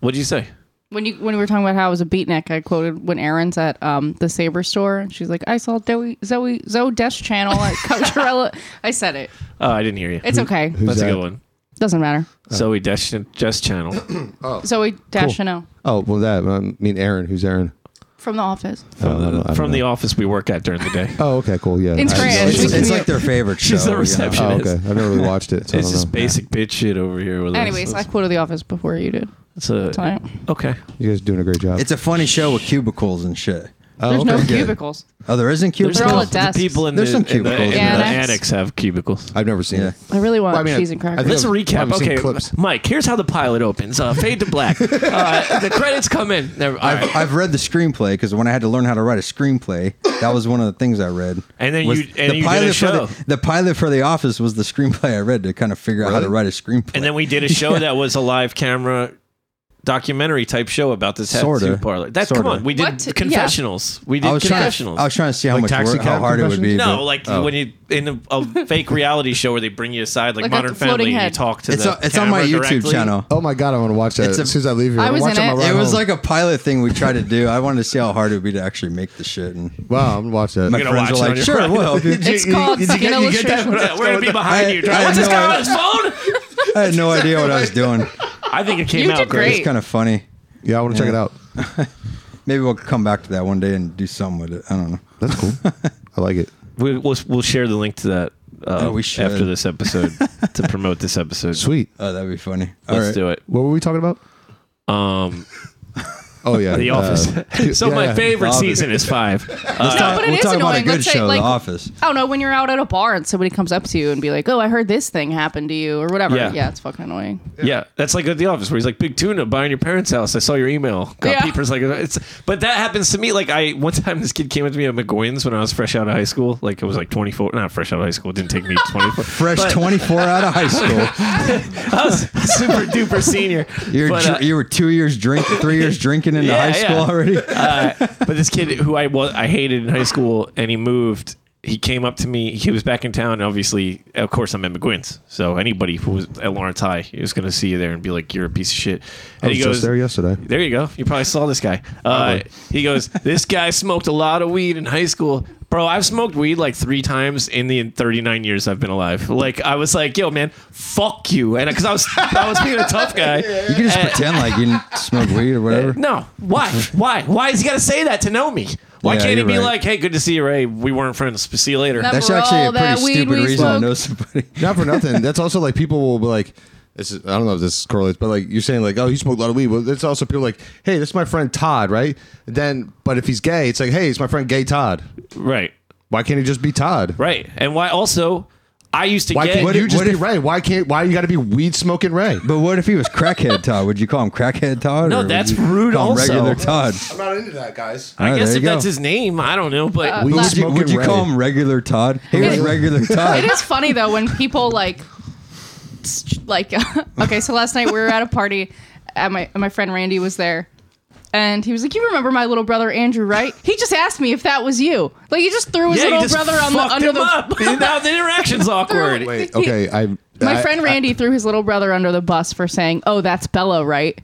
What'd you say?
when you when we were talking about how I was a beatnik, I quoted when Erin's at um, the Saber store and she's like, "I saw Zoe Zoe Zoe Desh channel
[LAUGHS]
at Coachella." I said it.
Oh, I didn't hear you.
It's okay.
who's
That's a
that?
good one.
Doesn't matter.
Oh.
Zoe Desh Just Channel.
Zoe Desh Chanel
Oh well, that I mean Aaron. Who's Aaron?
from The Office.
From,
from the office we work at during the
[LAUGHS]
day.
Oh okay, cool. Yeah.
It's
I didn't
Fran.
know
it's,
it was-
[LAUGHS]
it's like their favorite show.
She's the
you know?
reception.
Oh okay, I've never really watched it. So
It's
I don't
just
know.
basic bitch shit over here with
Anyways, I
us.
quoted The Office before you did.
It's a-
Sorry.
okay.
You guys are doing a great job.
It's a funny show with cubicles and shit.
There's no
Oh, okay.
cubicles.
Oh, there isn't cubicles.
They're all at
The
desks.
people in
There's
the,
some
in the- in
cubicles
the
in there.
annex have cubicles.
I've never seen
Yeah.
it.
I really want
Well, I mean,
cheese and
I- I
crackers.
Let's
I've-
recap.
I've seen
Okay,
clips.
Mike. Here's how the pilot opens. Uh, fade to
[LAUGHS]
black. Uh, the credits come in. Never- all
I've,
right.
I've read the screenplay because when I had to learn how to write a screenplay, that was one of the things I read.
And then
was
you- and you did a show.
for the, the pilot for The Office was the screenplay I read to kind of figure out how to
Really?
write a screenplay.
And then we did a show that was a live camera documentary type show about this tattoo
Sorta.
parlor. That's
Sorta.
come on. We did
What? Yeah.
confessionals. We did
I was trying. To,
confessionals.
I was trying to see how
Like
much
taxi
work, how
cab
hard it would be.
no,
but-
like
Oh.
when you in a, a fake reality show where they bring you aside, like,
Like a
Modern
floating
Family, and you
head.
talk to
it's
the
on, it's on my
camera
YouTube
directly.
channel.
Oh my god, I want to watch that
It's a-
as soon as I leave here.
I
I'm
was
watching
in
my
it.
ride
It was
home.
like a pilot thing we tried to do. I wanted to see how hard it would be to actually make the shit. And
wow. I'm gonna watch that.
my
gonna
friends
watch it
were
on
like,
your
"Sure,
ride?"
well." Dude,
It's called
you
skin
get- you get that?
illustration.
Yeah, we're gonna be behind
I-
you.
I
What's this
know
guy
I-
on his phone?
[LAUGHS]
[LAUGHS]
I had no idea what I was doing.
I think it came
You
out
did
great.
great.
It's kind of funny.
Yeah, I want to check it out.
Maybe we'll come back to that one day and do something with it. I don't know.
That's cool. I like it.
We, we'll we'll share the link to that uh,
Yeah, Oh, we should.
after this episode
[LAUGHS]
to promote this episode.
Sweet.
Oh, that'd be funny. All
Let's
right.
do it.
What were we talking about?
Um,
Oh yeah,
the
[LAUGHS]
Office.
uh,
so
yeah,
my
yeah.
favorite
Office.
season is five. Uh,
No, but it
we'll
is
talk about a
annoying.
good
Let's say,
show,
like-
The Office.
I don't know Oh, when you're out at a bar and somebody comes up to you and be like, "Oh, I heard this thing happened to you" or whatever.
Yeah.
Yeah, it's fucking annoying.
yeah, that's like at the office where he's like, "Big tuna, buying your parents' house." I saw your email. Got
Yeah.
peepers like it's. But that happens to me. Like I one time, this kid came up to me at McGuinn's when I was fresh out of high school. Like I was like 24, not fresh out of high school. It didn't take me 24.
Fresh
But
24 out of high
[LAUGHS]
school.
I was super duper senior.
You're
But,
dr-
uh,
you were two years drink, three years drinking into
Yeah,
high school
yeah.
already.
[LAUGHS] uh, but this kid who I was I hated in high school, and he moved. He came up to me. He was back in town. and Obviously, of course, I'm at McGuinn's. So anybody who was at Lawrence High is going to see you there and be like, "You're a piece of shit." And
I was just there yesterday.
There you go. You probably saw this guy. Uh, he goes, This guy smoked a lot of weed in high school. Bro, I've smoked weed like three times in the 39 years I've been alive. Like, I was like, yo, man, fuck you. And because I was, I was being a tough
[LAUGHS]
guy.
You can just pretend like you didn't smoke weed
[LAUGHS]
or whatever.
No. Why? Why? Why has he got to say that to know me? Why
Yeah,
can't he
you're
be
right.
like, hey, good to see you, Ray. We weren't friends. See you later.
That-
That's
For
actually a
all that
pretty
weed
stupid
we
reason
smoked.
to know somebody.
Not for nothing. That's also like people will be like, this is, I don't know if this correlates, but like you're saying like, oh, you smoke a lot of weed. Well, that's also people like, hey, this is my friend Todd, right? Then, but if he's gay, it's like, hey, it's my friend gay Todd.
right.
Why can't he just be Todd?
Right. And why also, I used to
Why
get.
can't
What
you
if-
just
what
be
if-
Ray? Why can't? Why you got to be weed smoking Ray?
But what if he was crackhead Todd? Would you call him crackhead Todd?
No,
or would
that's
you
rude
call him
also.
regular Todd.
I'm not into that, guys.
I
Oh,
guess
there
if
you go.
that's his name, I don't know. But
Uh,
Weed
Would you,
smoking
would you
Ray.
call him regular Todd? He was
It-
regular
It
Todd.
is funny though when people like, s- like, [LAUGHS] okay. So last night we were at a party, and my and my friend Randy was there, and he was like, "You remember my little brother Andrew, right?" He just asked me if that was you. Like he just threw his
yeah, you
little
just
brother on the
fucked
under
him
the.
up. [LAUGHS] now the
[LAUGHS]
interaction's awkward. [LAUGHS]
Wait, okay, I.
My
I-
friend Randy threw his little brother under the bus for saying, "Oh, that's Bella, right?"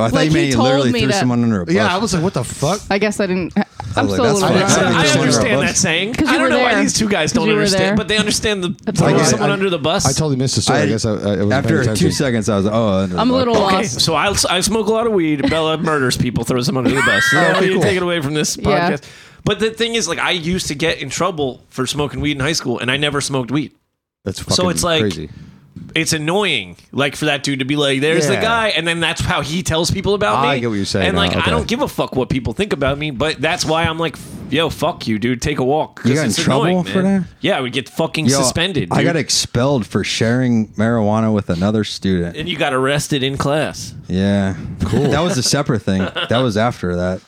Oh, I thought
Like,
you
he
meant he
told
literally
me
threw
that-
someone under a bus.
yeah, I was like, what the fuck?
I guess I didn't. I'm
like,
still a
that's
little.
fine.
upset.
I
I
think
understand
someone
under a
that
bus.
saying.
you
I don't
were
know why
there.
these two guys
'Cause
don't
you were
understand,
there.
but they understand the
I
throwing
guess-
someone
I-
under the bus.
I totally missed the story. I, guess I, I wasn't paying
after
attention.
two seconds, I was like, oh, under the
I'm a
bus.
little
Okay,
lost.
so I, I smoke a lot of weed. Bella
[LAUGHS]
murders people, throws them under the bus.
Oh,
No,
okay,
you
cool.
take it away from this
Yeah.
podcast. But the thing is, like, I used to get in trouble for smoking weed in high school, and I never smoked weed.
That's fucking
So it's like-
crazy.
It's annoying, like, for that dude to be like, "There's the
Yeah.
guy," and then that's how he tells people about me.
I get what you're saying
And like,
now,
I
okay.
don't give a fuck what people think about me, but that's why I'm like, "Yo, fuck you, dude. Take a walk." 'cause
You got in
it's annoying,
trouble for
man.
that?
Yeah, I would get fucking
Yo,
suspended.
I
dude.
got expelled for sharing marijuana with another student.
and you got arrested in class.
Yeah, cool. [LAUGHS] That was a separate thing. That was after that.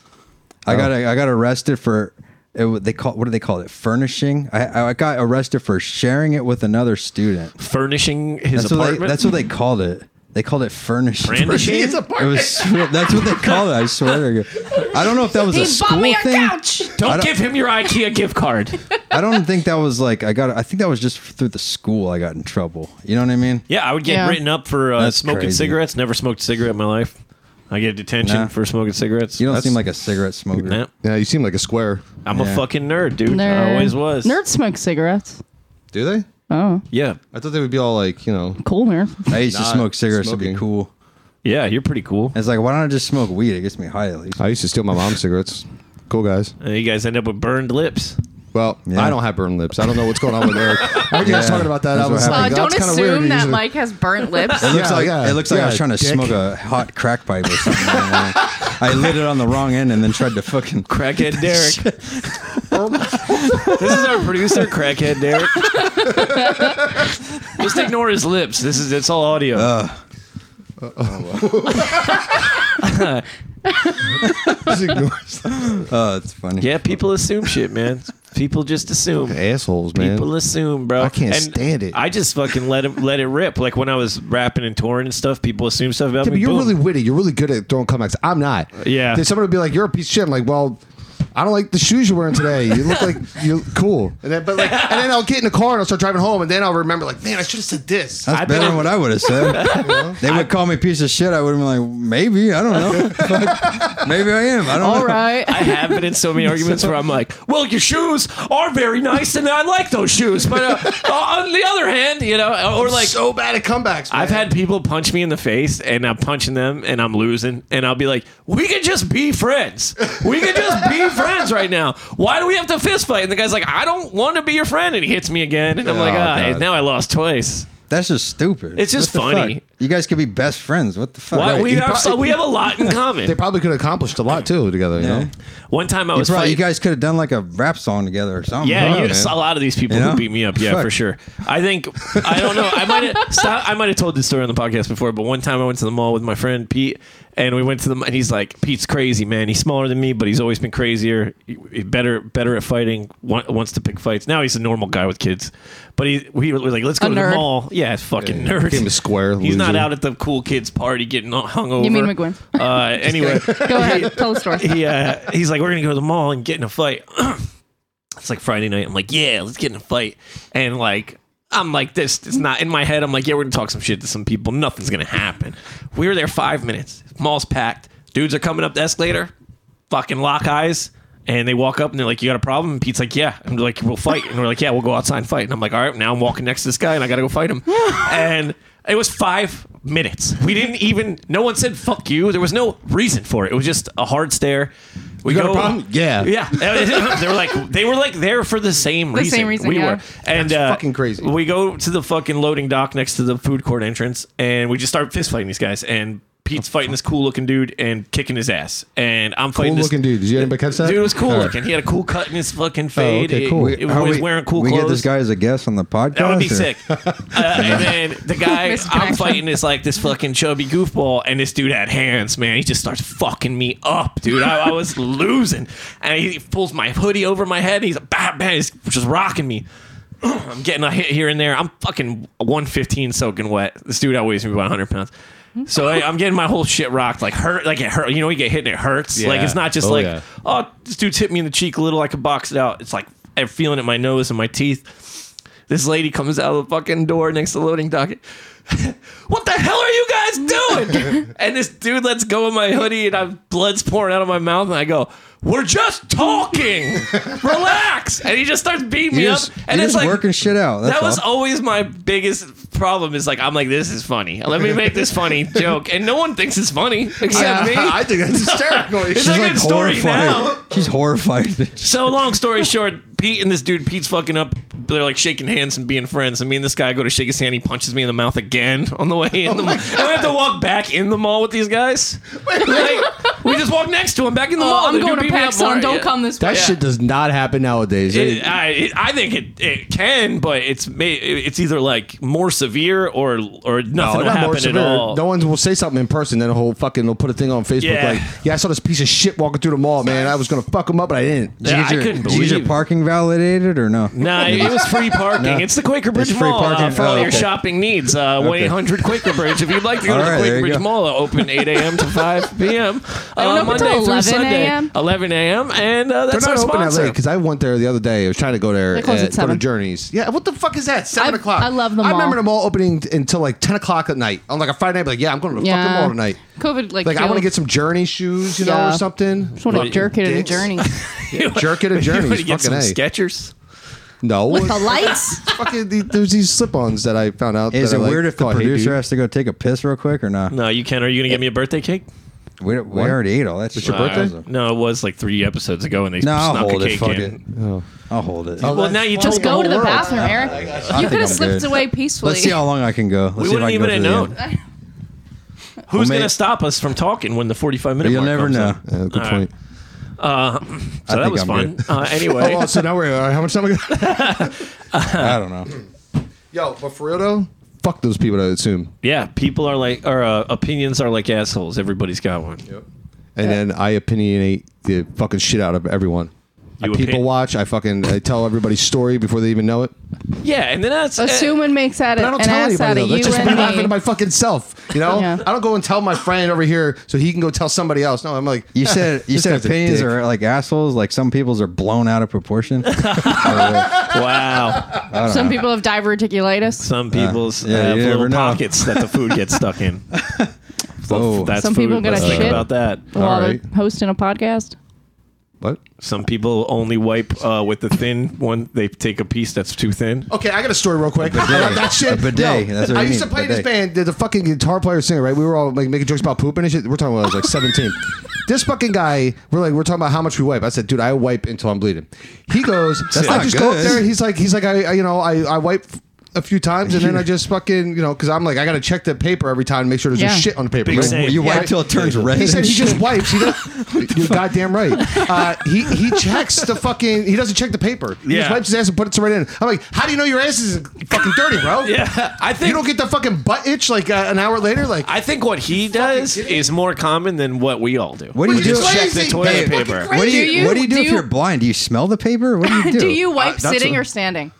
Oh.
I got I got arrested for it, wa- they call what do they call it furnishing. I I got arrested for sharing it with another student.
Furnishing his
That's what
apartment.
they, that's what they called it. They called it furnishing.
Brandishing?
[LAUGHS] It was that's what they called it. I swear to God. I don't know if that was
he
a
bought
school
me a
thing.
couch.
I
don't,
don't-
give him your IKEA gift
[LAUGHS]
card.
I don't think that was like I got. I think that was just through the school. I got in trouble. You know what I mean?
Yeah, I would get
Yeah.
written up for uh,
That's
smoking
crazy.
cigarettes. Never smoked a cigarette in my life. I get detention
Nah.
for smoking cigarettes.
You don't
That's-
seem like a cigarette smoker.
Nah.
Yeah, you seem like a square.
I'm
Yeah.
a fucking nerd, dude. I
Nerd.
always was.
Nerds smoke cigarettes.
Do they?
Oh,
Yeah,
I thought they would be all like, you know.
cool nerd.
I used to
Not
smoke cigarettes to
smoking.
be cool.
yeah. You're pretty cool.
And It's like why don't I just smoke weed? It gets me high at least.
I used to steal my mom's cigarettes. Cool guys.
And you guys end up with burned lips.
Well,
Yeah.
I don't have burn lips. I don't know what's going on with Eric. [LAUGHS] I heard you guys
Yeah.
talking about that.
That's
I
what
was
Uh,
like,
happened.
don't
that's kinda
assume
weird.
that
Usually-
Mike has
[LAUGHS]
burnt lips.
It looks
Yeah,
like
yeah,
it looks like I
yeah,
was trying to
dick.
smoke a hot crack pipe or something.
[LAUGHS]
I lit it on the wrong end and then tried to fucking. [LAUGHS]
Crackhead Derek. this is our producer, Crackhead Derek. Just ignore his
Uh.
lips. This is it's all audio.
Just ignores them.
Oh, it's funny.
Yeah, people assume shit, man. People just assume.
assholes, man.
People assume, bro.
I can't stand it.
I just fucking let it let it rip. Like when I was rapping and touring and stuff, people assume stuff about me.
Yeah, but you're
Boom.
really witty. You're really good at throwing comebacks. I'm not.
Yeah.
Then someone would be like, "You're a piece of shit." I'm like, "Well, I don't like the shoes you're wearing today. You look [LAUGHS] like you're cool." And then, but like, and then I'll get in the car and I'll start driving home, and then I'll remember, like, "Man, I should have said this."
That's
I've
better
been-
than what I would
[LAUGHS]
have said. they would call me piece of shit. I would have been like, maybe I don't know. Fuck, maybe I am. I don't
All
know.
right.
I have been in
[LAUGHS]
so many arguments where I'm like, well, your shoes are very nice and I like those shoes. But uh, on the other hand, you know, or like,
so bad at comebacks.
I've had people punch me in the face and I'm punching them and I'm losing. And I'll be like, we could just be friends. We could just
[LAUGHS]
be friends right now. Why do we have to fist fight? And the guy's like, I don't want to be your friend. And he hits me again. And I'm like,
Oh,
ah,
God.
now I lost twice.
That's just stupid.
It's just
What the
funny.
fuck? You guys could be best friends. What the fuck?
Why-
Right.
we,
you,
have, so we have a lot in common.
They probably could have accomplished a lot too together. You know.
One time I
you
was
probably- you
fighting.
guys could have done like a rap song together or something. I
Yeah,
don't know,
you
man.
saw a lot of these people
You know?
who beat me up. Yeah,
Fuck.
for sure. I think I don't know. I might have stop- I might have told this story on the podcast before, but one time I went to the mall with my friend Pete, and we went to the and he's like, Pete's crazy, man. He's smaller than me, but he's always been crazier. He- he better better at fighting. wa- Wants to pick fights. Now he's a normal guy with kids, but he we were like, let's go
A
to
nerd.
the mall. Yeah, fucking nerd.
Became a square
He's not
loser.
out at the cool kids party getting all hungover.
You mean McGuinn.
Uh, anyway
[LAUGHS] Go
[LAUGHS]
ahead. Tell the story.
he uh, he's like, we're gonna go to the mall and get in a fight. it's like Friday night. I'm like, yeah, let's get in a fight. And like, I'm like, this it's not in my head. I'm like, yeah, we're gonna talk some shit to some people. Nothing's gonna happen. We were there five minutes. Mall's packed. Dudes are coming up the escalator. Fucking lock eyes. And they walk up and they're like, "You got a problem?" And Pete's like, "Yeah." And we're like, "We'll fight." And we're like, "Yeah, we'll go outside and fight." And I'm like, "All right." Now I'm walking next to this guy and I gotta go fight him. and it was five minutes. We didn't even. No one said "fuck you." There was no reason for it. It was just a hard stare. We
You got a problem?
[LAUGHS]
Yeah.
yeah. they were like they were like there for the same
The
reason.
same reason,
we
yeah.
were. And uh,
fucking crazy.
We go to the fucking loading dock next to the food court entrance, and we just start fist fighting these guys. And Pete's fighting this cool looking dude and kicking his ass, and I'm fighting this
looking dude. Did you- anybody catch that?
Dude was cool
All right. Oh,
looking. He had a cool cut in his fucking fade.
okay,
He-
cool.
He,
How
was
we-
wearing cool
we
clothes.
get this guy as a guest on the podcast.
That would be
or-
sick. Uh,
[LAUGHS]
and then the guy I'm
Misconnection.
fighting is like this fucking chubby goofball, and this dude had hands, man. He just starts fucking me up, dude. I, I
[LAUGHS]
was losing, and he pulls my hoodie over my head. And he's like, bam, bam, he's just rocking me. [CLEARS THROAT] I'm getting a hit here and there. I'm fucking 115 soaking wet. This dude outweighs me by 100 pounds. So I, I'm getting my whole shit rocked, like hurt, like it hurt. You know, you get hit and it hurts. Like it's not just
Oh,
like,
yeah.
oh, this dude's hit me in the cheek a little. I could box it out. It's like I'm feeling it in my nose and my teeth. This lady comes out of the fucking door next to the loading docket. [LAUGHS] what the hell are you guys
[LAUGHS]
doing? and this dude lets go of my hoodie and I'm blood's pouring out of my mouth and I go, We're just
[LAUGHS]
talking. Relax. And he just starts beating me
You [LAUGHS] just,
up. And
you
it's
just
like
working shit out. That's
that was
all.
always my biggest problem is like I'm like, this is funny. Let me make this
[LAUGHS]
funny joke. And no one thinks it's funny except me.
[LAUGHS] I think that's hysterical.
It's like a good story now.
[LAUGHS]
She's horrified.
So long story short, Pete and this dude, Pete's fucking up. They're like shaking hands and being friends. And me and this guy I go to shake his hand. He punches me in the mouth again on the way in.
Oh
the mall. And we have to walk back in the mall with these guys. Like, we just walk next to him back in the
Oh,
mall.
I'm
The dude
going to
beat me up more.
PacSun. Don't
Yeah.
come this way.
That shit does not happen nowadays.
It, I, it, I think it, it can, but it's ma- it's either like more severe or or nothing
No,
will
not more
happen Oh, at
severe.
all.
No one will say something in person, then a whole fucking will put a thing on Facebook
Yeah.
like, "Yeah, I saw this piece of shit walking through the mall, man. I was gonna fuck him up, but I didn't."
Yeah, I couldn't
Did you get your
believe.
parking validated or no?
Nah,
[LAUGHS]
it was free parking.
No.
It's the Quaker Bridge
It's free
Mall uh,
parking.
for all
Oh,
your
okay.
shopping needs. Uh, One eight hundred Quaker Bridge. If you'd like to go
All
to the
right, there
Quaker
you
Bridge
go.
Mall, uh, open eight a.m. to five
[LAUGHS]
p.m.
don't
Uh,
open till
Monday through
11
Sunday,
a.m.?
eleven a.m. And uh,
They're
that's
not
our
open that
sponsor.
late because I went there the other day. I was trying to go there
They close at
uh, go to
seven.
Journeys. Yeah, what the fuck is that? Seven
I-
o'clock.
I love the
I remember
mall.
the mall opening t- until like ten o'clock at night on like a Friday night. Like, yeah, I'm going to the fucking mall tonight.
COVID, like,
Like, I want to
killed-
get some Journey shoes, you know,
Yeah.
or something.
Just want to jerk it in a
Dicks. [LAUGHS]
journey
[LAUGHS]
Jerk
You
it at
wanna
Journeys.
get some
Fucking a.
Skechers.
no,
with the lights.
fucking the, there's these slip-ons that I found out.
Is
that
it
I, like,
weird if the
oh, I hate
producer
you.
has to go take a piss real quick or not?
No, you can. Are you gonna give me a birthday cake? Uh,
We, we already ate all that. It's
your birthday?
No, it was like three episodes ago, and they
No, I'll
snuck
hold
a
it.
cake
Fuck
in.
it. I'll hold it.
Oh,
Well, now you
Just
told
go
whole
to the
world.
bathroom, Eric.
I
You
think
could
I'm
have slipped
good.
away peacefully.
Let's see how long I can go. Let's
We
see if
wouldn't
I can
even
go
have
to the
known.
end.
Who's
Well,
going
may-
to stop us from talking when the 45 minute
You'll
mark
never
comes
know. Uh,
up?
Yeah, good
All
point.
So that
think
was
I'm
fun.
good.
Uh, anyway,
[LAUGHS]
Oh, well, so now we're uh, how much time we got?
I don't know.
Yo, but for real though, fuck those people that assume.
yeah, people are like, our uh, opinions are like assholes. Everybody's got one.
and then I opinionate the fucking shit out of everyone. I
You
people
opin-
watch. I fucking I tell everybody's story before they even know it.
Yeah, and then that's
[LAUGHS]
uh,
Assuming makes out
But
of
I don't
an
tell
ass out
anybody
of
though.
you
That's just me
and
laughing
me.
at my fucking self. You know,
Yeah.
I don't go and tell my friend over here so he can go tell somebody else. No, I'm like
[LAUGHS]
You said
[LAUGHS]
you
This
said
guy's a
opinions
dick.
are like assholes. Like some people's are blown out
[LAUGHS]
of
[LAUGHS]
proportion. uh,
wow.
Some people have diverticulitis.
Some people's
yeah,
have
you
little
never know.
pockets that the food gets stuck
[LAUGHS]
in.
oh,
That's
Some
food.
people get
Let's
a
think
shit.
about that.
While
all
they're
right.
hosting a podcast.
what?
Some people only wipe uh, with the thin one. They take a piece that's too thin.
Okay, I got a story real quick. About that shit.
A bidet.
Yo,
That's what
I
you
used
mean,
to play in this
bidet.
band. The, the fucking guitar player singer, right? We were all like making jokes about pooping and shit. We're talking about I was
[LAUGHS]
like 17. This fucking guy, we're like, we're talking about how much we wipe. I said, dude, I wipe until I'm bleeding.
[LAUGHS]
He goes,
That's
I
not
just go up
good.
there. He's like, he's like, I, I you know, I, I wipe a few times and then
[LAUGHS]
I just fucking, you know, because I'm like, I got to check the paper every time to make sure there's
Yeah.
no shit on the paper.
Big
right?
save.
you
Yeah.
wipe till it turns red.
He said
and
he
shit.
just wipes. He doesn't- You're goddamn right. Uh, he he checks the fucking. He doesn't check the paper. He
Yeah.
just wipes his ass and puts it right in. I'm like, how do you know your ass is fucking dirty, bro?
Yeah, I think
You don't get the fucking butt itch like uh, an hour later. Like,
I think what he does
kidding me?
is more common than what we all do.
What do you
Which is
do?
Check the
Crazy.
toilet
Hey,
paper.
What
Do
do you,
you-
What do you do,
do
if
you-
you're blind? Do you smell the paper? What do
[LAUGHS]
you
[LAUGHS]
do?
Do you wipe
that's
sitting
what-
or standing?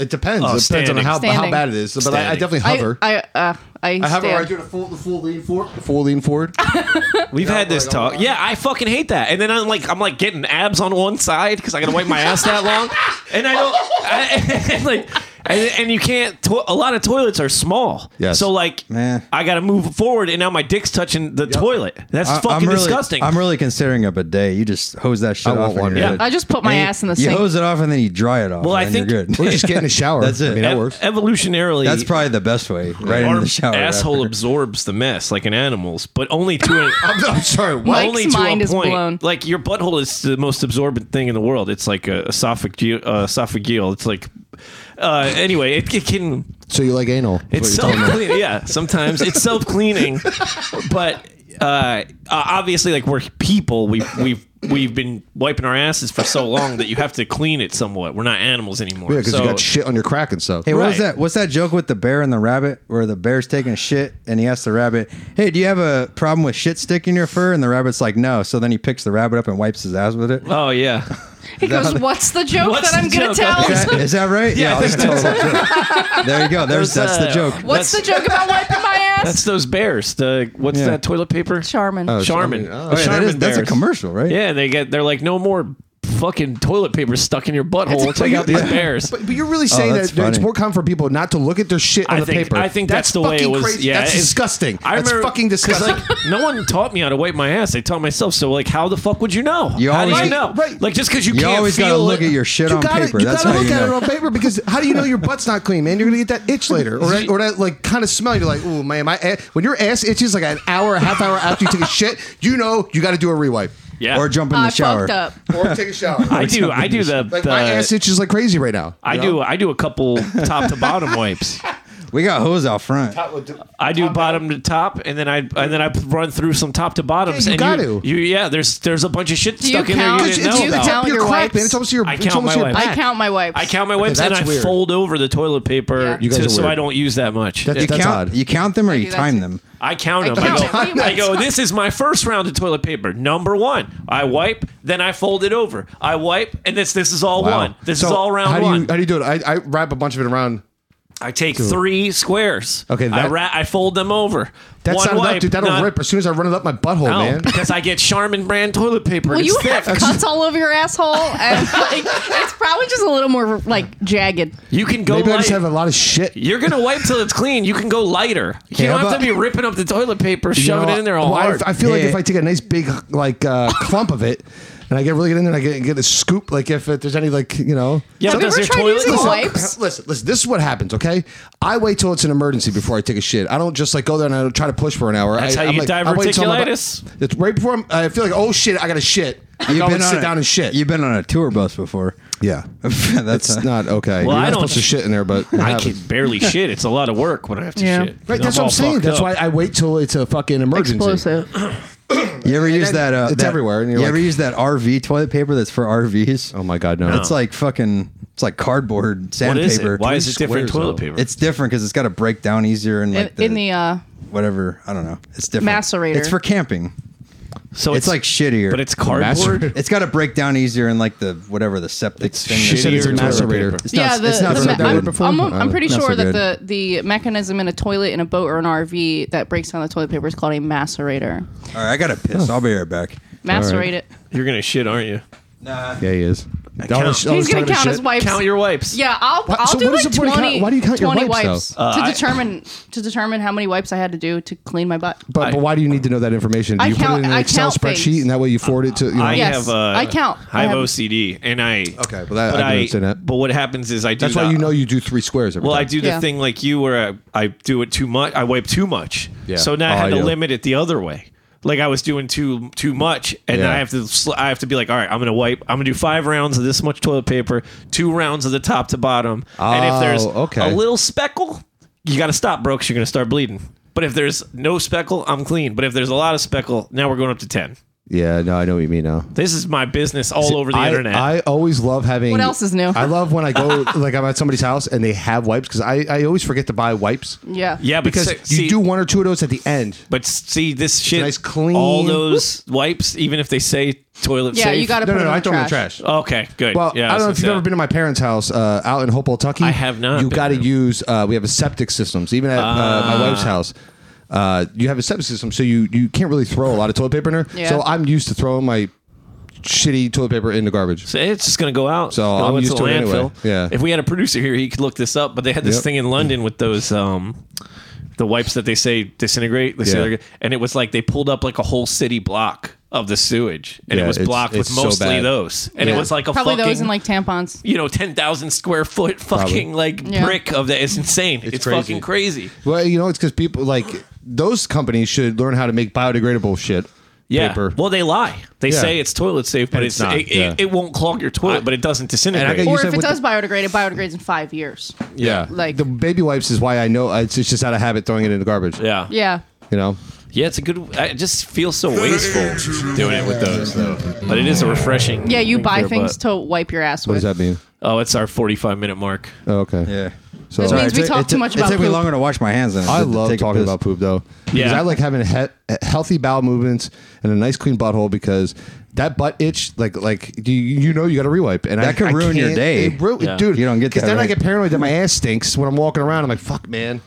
it depends.
Oh,
it depends on
standing.
how, how
Standing.
bad it is. But I, I
Standing.
definitely
I
hover. I,
I uh, I,
hover.
stand.
I do the full the full lean forward. Full lean forward.
We've had this talk. Yeah, I fucking hate that. And then I'm like, I'm like getting abs on one side because I gotta wipe my ass that
[LAUGHS]
long, and I don't I, [LAUGHS] and like. And, and you can't. To- a lot of toilets are small,
Yes.
so like
Meh.
I got to move forward, and now my dick's touching the toilet. That's
I-
fucking
I'm really,
disgusting.
I'm really considering a bidet. You just hose that shit
I want
off. and
one,
you're
yeah.
good.
I just put my
And you-
ass in the
You
sink.
hose it off and then you dry it off.
Well, I
and then you're
think-
We're
good.
just getting a shower.
[LAUGHS] That's it.
I mean,
Ev-
that works.
Evolutionarily,
That's probably the best way. Right in
our
the shower.
asshole
after.
absorbs the mess like an animal's, but only to
[LAUGHS]
an,
I'm, I'm sorry. What?
Mike's
only to
mind
a
is
point.
blown.
Like your butthole is the most absorbent thing in the world. It's like a esophageal. Uh, esophageal. It's like uh, anyway, it, it can.
So you like anal? is
It's
what you're
self
telling me.
cleaning. Yeah, sometimes it's self cleaning, but uh, uh, obviously, like we're people, we we've we've been wiping our asses for so long that you have to clean it somewhat. We're not animals anymore.
Yeah, because
so,
you got shit on your crack and stuff.
Hey, what was
Right.
that? What's that joke with the bear and the rabbit, where the bear's taking a shit and he asks the rabbit, "Hey, do you have a problem with shit sticking in your fur?" And the rabbit's like, "No." So then he picks the rabbit up and wipes his ass with it.
Oh yeah,
He goes, "What's the joke
What's
that
the
I'm gonna
joke? Okay.
tell?
Is that- Is that
[LAUGHS]
right?
Yeah, I
I'll
think
just tell the joke. There you go.
There's,
There's that's the
uh,
joke.
[LAUGHS] What's the joke about wiping
[LAUGHS]
my
that's
ass?"
those bears. The what's
Yeah.
that toilet paper?
Charmin.
Charmin.
Charmin. Oh,
Oh, yeah, that
Charmin
is, that's a
bears.
commercial, right?
Yeah, they get they're like no more fucking toilet paper stuck in your butthole. Take
[LAUGHS]
out these bears.
But, but you're really saying
Oh, that's
that it's
funny.
more common for people not to look at their shit on
I
the
think
paper.
I think that's, the way it
fucking
was.
Crazy.
Yeah,
that's
it's-
disgusting.
I
that's
remember-
fucking
'cause,
disgusting.
Like, no one taught me how to wipe my ass. I taught myself. So like, how the fuck would you know?
You
how do
always-
you know?
Right.
Like just because you,
You
can't
always
feel
gotta look
it-
at your [LAUGHS] shit
you
on
gotta,
paper.
You
That's
gotta
how
look
you
at it
know.
on paper because how do you know your butt's not clean, man? You're gonna get that itch later, or that, or that like kind of smell. You're like, oh man, my ass. when your ass itches like an hour, a half hour after you take a shit, you know you got to do a rewipe
Yeah.
Or jump in the
I
shower.
fucked up.
or take a shower.
I do. I do the.
Like
the-
my ass itches like crazy right now.
I do. I do a
[LAUGHS]
couple top to bottom wipes.
We got hose out front.
I do bottom to top, and then I and then I run through some top to bottoms.
Yeah, you
and
gotta.
you, you- yeah. There's there's a bunch of shit
you
stuck in there
count-
you
It's,
didn't
it's,
know
you
about.
can tap
Count
your
your
crap,
wipes.
man. It's almost your.
I
it's
count
almost
my
your
wipes.
back.
I count my wipes.
I count my wipes
Okay,
and I
that's weird.
fold over the toilet paper
You
guys
to-
are
so
weird.
I don't use that much.
That's-
You
that's
count.
odd.
You count them or you
do that
time
too.
them.
I count
I
them.
count
I,
them.
go, I go, this is my first round of toilet paper. Number one. I wipe, then I fold it over. I wipe, and this this is all
Wow.
one. This
So
is all round
how do you-
one.
How do you do it? I, I wrap a bunch of it around.
I take three squares.
Okay,
I,
that-
ra- I fold them over.
That's
one
not enough,
wipe,
dude. That'll
not-
rip as soon as I run it up my butthole,
No, [LAUGHS]
man.
because I get Charmin brand toilet paper.
Well,
and
you
it's
have
thick.
cuts all over your asshole, and [LAUGHS] like it's probably just a little more like jagged.
You can go
Maybe I
light.
just have a lot of shit.
You're gonna wipe till it's clean. You can go lighter. You
Yeah,
don't have
but-
to be ripping up the toilet paper, shoving
know,
it in there all
Well, I-
hard.
I, feel like
Yeah.
if I take a nice big like
[LAUGHS]
uh, clump of it, and I get really get in there, and I get, get a scoop. Like if it, there's any like you know.
yeah,
Have
but
you
does
ever
your
tried
toilet
using
go
a
up?
wipe?
Listen, listen. This is what happens, okay? I wait till it's an emergency before I take a shit. I don't just like go there and I don't try to push for an hour.
That's
I,
how you
I'm
get
like, I wait till I'm about-
diverticulitis?
It's right before I'm, I feel like oh shit, I got to shit. I go and sit
a-
down and shit.
You've been on a tour bus before.
yeah,
that's
it's not okay.
Well, I
You're not
don't-
supposed to shit in there, but it
I
happens.
can barely shit. It's a lot of work when I have to
Yeah.
shit.
Right, that's
I'm
what I'm
all
saying.
fucked
That's
up.
why I wait till it's a fucking emergency.
Explosive.
You ever use that? Uh,
it's
that-
everywhere, and
You
you're
ever
like-
use that RV toilet paper that's for RVs?
Oh my god, no!
It's like fucking. It's like cardboard
What is
sandpaper.
it? Why is it different
squares,
toilet
though.
paper?
It's different because it's got to break down easier and like
In, in the uh,
whatever. I don't know. It's different.
Macerator.
It's for camping.
So
it's, like shittier,
but it's
Master-
[LAUGHS]
cardboard.
it's got to break down easier in like the whatever the septic thing.
She said it's a
shittier toilet
macerator.
paper.
It's not,
yeah, the,
it's not
the
so
me-
good.
something.
I'm,
Before?
I'm,
I
I'm
don't-
pretty
not so
sure that the,
good.
the mechanism in a toilet, in a boat, or an RV that breaks down the toilet paper is called a macerator.
All right, I gotta piss. I'll be right back.
Macerate it.
You're gonna shit, aren't you?
Nah.
Yeah, he is. All
count.
this- all
He's
this
gonna
time
count
shit.
his wipes.
Count your wipes.
yeah, I'll, I'll
so
do
what is
like
the point of count-
20,
why do you count your
20
wipes, though?
wipes
Uh,
to
I-
determine to determine how many wipes I had to do to clean my butt.
But, but why do you need to know that information? Do
I
you put
count-
it in an
I
Excel
count things.
spreadsheet and that way you forward it to. You know,
I
Yes,
have. Uh,
I count.
I
I
have
have-
OCD, and I.
Okay, well, that-
but
I can understand that.
But what happens is I do.
that's why
the-
you know you do three squares every
Well,
time.
I do the
Yeah.
thing like you where I, I do it too much. I wipe too much.
Yeah.
So now I
Oh,
had
I
to
do.
limit it the other way. Like I was doing too too much, and then
Yeah.
I have to sl- I have to be like, all right, I'm gonna wipe. I'm gonna do five rounds of this much toilet paper, two rounds of the top to bottom, and if there's
Oh, okay.
a little speckle, you got to stop, bro, because you're gonna start bleeding. But if there's no speckle, I'm clean. But if there's a lot of speckle, now we're going up to ten.
Yeah, no, I know what you mean now.
This is my business all over the
I,
internet.
I always love having.
What else is new?
I love when I go [LAUGHS] like I'm at somebody's house and they have wipes because I, I always forget to buy wipes.
Yeah.
yeah, but
because
se-
you
see-
do one or two of those at the end.
But s- see this shit,
nice clean-
all those wipes, even if they say toilet
Yeah,
safe.
you got to
No,
put
no,
it
no,
in
I
the
throw them in the
trash.
trash.
Okay, good.
Well,
yeah,
I don't know if you've ever
to
been to my parents' house uh, out in Hopewell, Tucky.
I have not
You
been
got to
there. Ah.
use. Uh, we have a septic systems. Even at uh, my wife's house, uh, you have a septic system, so you you can't really throw a lot of toilet paper in there.
Yeah.
So I'm used to throwing my shitty toilet paper in the garbage.
It's just gonna go out.
So
Go
I'm
into
used
the
to it anyway.
landfill.
Yeah.
If we had a producer here, he could look this up. But they had this
Yep.
thing in London with those um, the wipes that they say disintegrate, they say
Yeah.
they're- and it was like they pulled up like a whole city block of the sewage, and
Yeah,
it was
it's-
blocked with
it's so
mostly
bad.
those, and it was like a
Probably
fucking
those in like tampons.
you know ten thousand square foot fucking like
Yeah.
brick of that. It's insane. It's,
crazy.
fucking crazy.
Well, you know, it's because people like those companies should learn how to make biodegradable shit.
Yeah.
Paper.
Well, they lie. They
Yeah.
say it's toilet safe, but
it's
it's,
not,
It, it-
yeah.
it won't clog your toilet, but it doesn't disintegrate.
got You
Or
said
if it
with
does biodegrade, it biodegrades in five years.
yeah,
like-
the baby wipes is why I know it's, it's just out of habit throwing it in the garbage.
yeah.
Yeah.
you know.
Yeah, it's a good. I just feel so wasteful doing it with those, though. But it is a refreshing.
Yeah, you
thing
buy
for your
things
butt.
to wipe your ass
What
with.
does that mean?
oh, it's our forty-five minute mark.
Oh, okay.
Yeah.
So
This means we
It
talk
took-
too much
it
about
took me
poop.
longer to wash my hands than it
I
did to
love
take a
talking
piss.
about poop though. Because
Yeah.
I like having he- healthy bowel movements and a nice clean butthole because that butt itch, like like you, you know you got to rewipe, and I,
That could
I
ruin your
can't-
day.
it ru-
Yeah.
dude.
You don't get
because
that,
then I
right?
get paranoid that my ass stinks when I'm walking around. I'm like, fuck, man.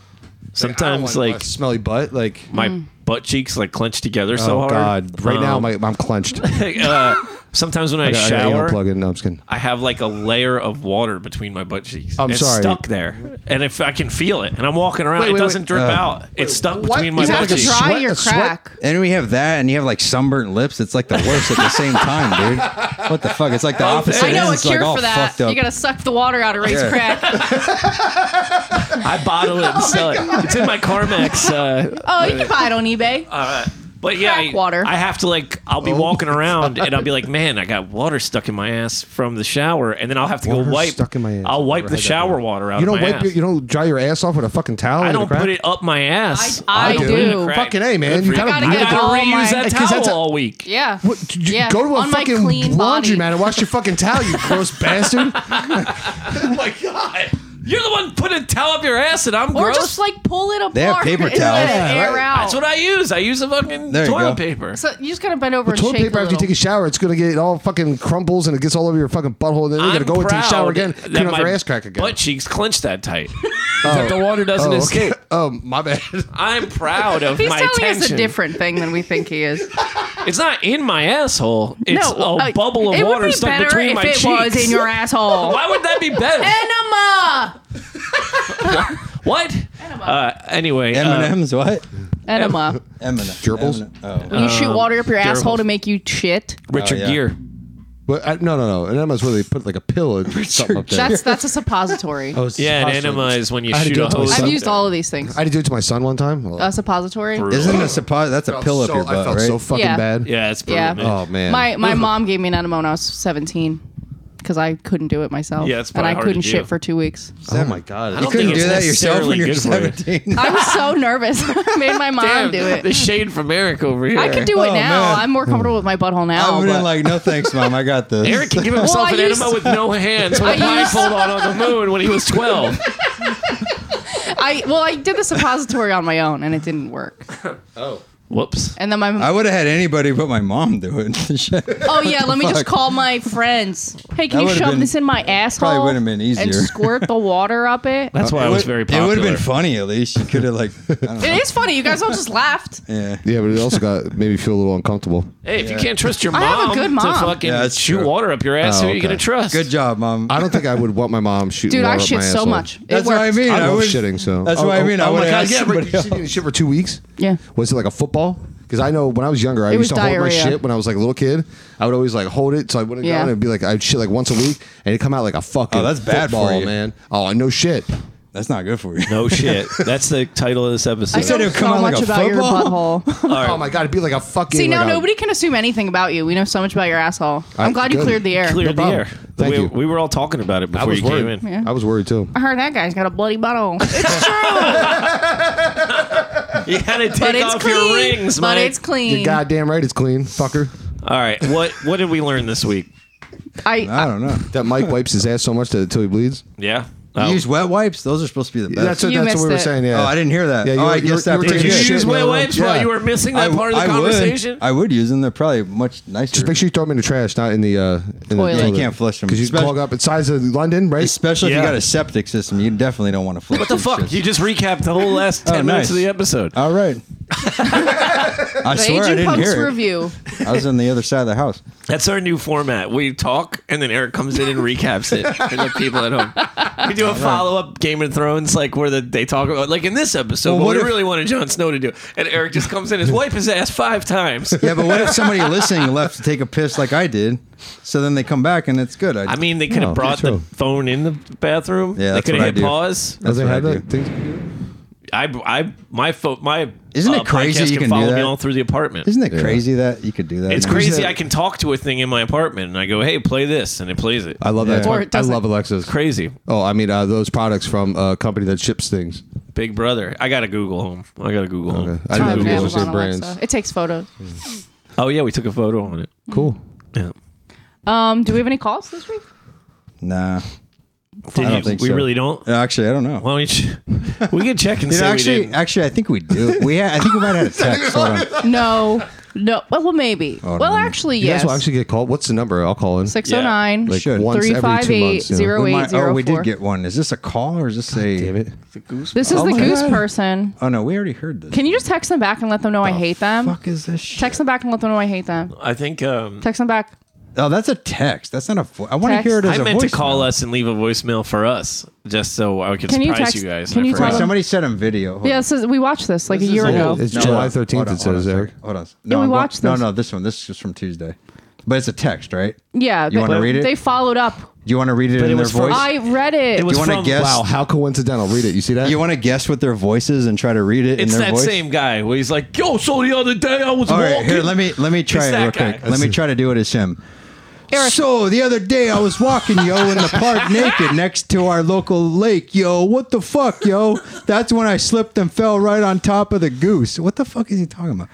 Sometimes,
I don't want
like
a smelly butt, like
my
Mm.
butt cheeks like clench together so
oh
hard.
god, right now
Um,
my,
[LAUGHS]
I'm clenched. I
uh, sometimes when I,
got- I got anal
shower,
plug in. No, I'm just kidding.
I have like a layer of water between my butt cheeks.
I'm
it's
sorry.
stuck there, and if I can feel it, and I'm walking around,
Wait,
it
wait,
doesn't
wait.
drip
Uh,
out. It's stuck
what?
between my
You
Is that
butt
have
like
to
a
cheeks.
dry
sweat-
your
a sweat?
crack.
And we have that, and you have like sunburnt lips. It's like the worst at the same time, dude. What the fuck?
[LAUGHS]
It's like the opposite.
I know
end.
a
It's
cure
like all
for that.
fucked up.
You gotta suck the water out of Ray's
Yeah.
crack.
I bottle it
[LAUGHS]
and sell it. It's in my Carmex. Uh,
Oh, you can buy it on eBay.
But yeah,
Crack
I,
water.
I have to like I'll be walking around and I'll be like, man, I got water stuck in my ass from the shower, and then I'll have to
Water
go wipe.
stuck in my ass.
I'll wipe the
Never had that
shower
before.
water out.
You
of
don't
my
wipe.
ass.
Your, you don't dry your ass off with a fucking towel.
I
and a
don't
crack?
put it up my ass.
I- I
don't
do.
it crack.
Fucking a man,
Good
you
for
gotta
I
get
gotta
all
reuse
my-
that towel
'cause that's a-
all week.
Yeah.
What, d- d-
Yeah,
Go to a
on my
fucking
clean body.
laundromat and wash your fucking
[LAUGHS]
towel, you gross bastard.
Oh my god, you're the one putting a towel up your ass, and I'm
Or
gross.
just like pull it apart.
They have paper
and let it
towels. Yeah,
air
right.
out.
that's what I use. I use a fucking
There you
toilet
go.
paper.
so you just gotta bend over and
Toilet
shake
paper
a
after you
little.
take a shower, it's gonna get it all fucking crumbles and it gets all over your fucking butthole. And then you
I'm
gotta go into the
proud
shower again,
that
clean off
my
your ass crack again.
Butt cheeks clench that tight. [LAUGHS] That the water doesn't
oh, okay.
escape.
[LAUGHS] oh, my bad.
I'm proud of
[LAUGHS] He's
my
telling
tension.
us a different thing than we think he is.
It's not in my asshole. It's a
no, uh,
bubble of
it
water
would be
stuck
better
between
if
my
it
cheeks.
was in your
[LAUGHS]
asshole.
Why would that be better?
Enema.
what? Uh, anyway,
M and
uh,
M's. What?
Enema.
M and
Gerbils?
Oh.
You shoot water up your asshole
gerbils.
to make you shit.
Richard
Oh, yeah.
Gere.
But I, no, no, no. An enema's where they put like
[LAUGHS]
a pill and something up there.
That's that's a suppository.
Oh, it's
Yeah, an
suppository.
enema is when you
I had to
shoot
do
a
it to my
hose.
son.
I've used all of these things.
I had to do it to my son one time. Well,
A suppository.
Isn't a supposed? That's a
I
pill up
felt
your
so-
butt,
I felt
right?
so fucking
Yeah.
bad.
Yeah, it's brutal,
Yeah.
man.
Oh man.
My my mom gave me an enema when I was 17 because I couldn't do it myself.
Yeah, it's
and
probably
I
hard to
couldn't
do.
shit for two weeks.
oh my
[LAUGHS]
god.
You
don't
couldn't
think
do
it's
that yourself when
necessarily
you're
good for you.
17.
I was so nervous. [LAUGHS] I made my mom
Damn,
do it.
The shade from Eric over here.
I could do it
Oh,
now.
man.
I'm more comfortable with my butthole
I
now.
would
Oh, But
have like, no thanks, mom. I got this.
Eric
[LAUGHS]
can give himself
I
an
used-
enema with no hands with a
I used-
blindfold on on the moon when he was
[LAUGHS]
12.
I well, I did the suppository on my own and it didn't work.
Oh.
Whoops.
And then my
[LAUGHS] I would have had anybody but my mom do it. [LAUGHS] Shit.
oh yeah, let me just
Fuck.
call my friends. Hey,
That
can you
would've
shove
been-
this in my asshole?
probably would've been
And
easier.
squirt the water up it.
That's why I was very popular.
It would have been funny at least. You could have like. I don't know.
It is funny. You guys all just laughed.
Yeah.
Yeah, but it also got made me feel a
[LAUGHS]
little uncomfortable.
Hey, if you can't trust your
I
mom,
have a
to
good mom.
fucking
Yeah, that's
shoot
true.
water up your ass,
Oh,
who are you
okay.
gonna trust?
Good job, mom.
I don't think I would want my mom shooting.
Dude, I
water up my
shit so
asshole.
much. It
That's what I
worked.
mean.
I
I
love
would
shitting. So
That's what I mean. I
Oh
would
my
have
god!
asked
Yeah, but
somebody
you
else.
shit in shit for two weeks.
Yeah.
Was it like a football? Because I know when I was younger, I
It
used to
was
hold my
diarrhea.
shit when I was like a little kid. I would always like hold it so I wouldn't
Yeah.
go and it'd be like I'd shit like once a week and it'd come out like a fucking
Oh, that's bad for
football,
you.
man. Oh, no shit.
That's not good for you. [LAUGHS]
No shit. That's the title of this episode.
I
said
know
it'd come
so
out like
much
a
about your
football?
butthole.
All right.
Oh my god, it'd be like a fucking.
See, now
like a-
nobody can assume anything about you. We know so much about your asshole.
I-
I'm glad you
good.
cleared the air.
Clear the
problem.
air.
Thank
we,
you.
we were all talking about it
I
before
was
you came
worried.
in.
Yeah.
I was worried too.
I heard that guy's got a bloody butthole. It's
You gotta take
but it's
off
clean.
your rings,
but
Mike.
it's clean.
You're goddamn right, it's clean, fucker.
All right. What what did we learn this week?
I,
I
[LAUGHS]
don't know.
That Mike wipes his ass so much that until he bleeds.
Yeah.
You
Oh.
use wet wipes. Those are supposed to be the best.
That's what,
You
that's what we
missed
were
it.
saying. Yeah.
Oh, I didn't hear that.
Yeah, you
oh,
were-
I
you were-
guess that
you were
pretty
Did you
taking a
good.
shit
use
in the
wet
room?
wipes while
Yeah.
you were missing
I,
that part of the
I
conversation?
Would, I would use them. They're probably much nicer.
Just make sure you throw them in the trash, not in the uh, in
Toilet.
The
Yeah, you
can't flush them.
because you
Especially-
clog up. It's size of London, right?
Especially if
Yeah.
you got a septic system, you definitely don't want to flush.
what the
those
fuck?
shits.
You just recapped the whole last ten
Oh,
minutes
nice.
of the episode.
[LAUGHS]
All right.
the
I swear I
Agent
didn't
Punk's
hear it.
review.
I was on the other side of the house.
That's our new format. We talk, and then Eric comes in and recaps it for the people at home. We do a follow up Game of Thrones, like where the, they talk about, like in this episode,
Well,
what,
what
we
if-
really wanted Jon Snow to do. And Eric just comes in, his wife his ass five times.
Yeah, but what if somebody listening left to take a piss like I did? So then they come back and it's good. I,
I mean, they could have
No,
brought
that's
the
true.
phone in the bathroom.
Oh, Yeah,
they
that's
could
what I
have hit
do.
pause.
Does
That's
it have
what I
that thing?
I, I, my phone, my
Isn't
uh,
it crazy
podcast
you can do
follow me
that?
all through the apartment.
isn't it crazy that you could do that?
it's
now?
crazy.
that-
I can talk to a thing in my apartment, and I go, "Hey, play this," and it plays it.
I love
Yeah.
that.
Or
Or
it
I
doesn't.
love Alexa's.
Crazy,
Oh, I mean uh, those products from a company that ships things.
Big Brother. I gotta Google home. I gotta Google home.
I
Private
didn't know
Amazon
you were saying
Alexa.
brands.
It takes photos.
Oh yeah, we took a photo on it.
Mm.
Cool.
Yeah.
Um, do we have any calls this week?
Nah.
Did
I don't
you-
think
we
so.
really don't.
No, Actually, I don't know.
Why don't you- [LAUGHS] we can check and
Dude,
see.
actually,
we didn't.
actually, I think we do. We, ha- I think we might have had a [LAUGHS] text. Hold on.
No. No. Well, well maybe. well,
no.
actually,
You
yes.
guys will actually get called. What's the number? I'll call in.
609
Like
Should.
once every two months. yeah.
358-0804.
We might- oh, we did get one. Is this a call or is this a?
Damn it.
This is
Oh
the
my
goose
God.
person.
Oh no, we already heard this.
Can you just text them back and let them know I hate them?
Fuck is this? Shit?
Text them back and let them know I hate them.
I think um,
Text them back.
Oh, that's a text. That's not a. Vo- I want to
Text.
hear it as
I
a
meant to
voicemail.
call us and leave a voicemail for us, just so I could
Can you
surprise you,
text-
guys.
can
I
you
forgot.
tell
Wait,
them-
somebody sent him video. Hold
Yeah,
on.
this is, we watched this like
This
a year
is
ago.
old. It's
No,
July
hold on,
13th
hold on,
it
hold on,
says,
sorry.
Eric.
Hold on.
Yeah, we
I'm going-
watched
No,
this.
no, this one. This is from Tuesday, but it's a text, right? Do
yeah,
You
they,
wanna read it?
they followed up.
you want to read it in
it
their
was for-
voice?
I read it.
It was
you want to
from-
guess?
Wow, Oh, how coincidental. Read it. You see that? [LAUGHS]
You want to guess what their voice is and try to read it
It's
in their
that
voice?
same guy where he's like, "Yo, so the other day I was
All
walking."
right, here. Let me let me try
It's
it
that
real
guy.
quick. Let me try to do it as him.
Eric.
So the other day I was walking, yo, in the
[LAUGHS]
park naked next to our local lake, yo. What the fuck, yo? That's when I slipped and fell right on top of the goose. What the fuck is he talking about?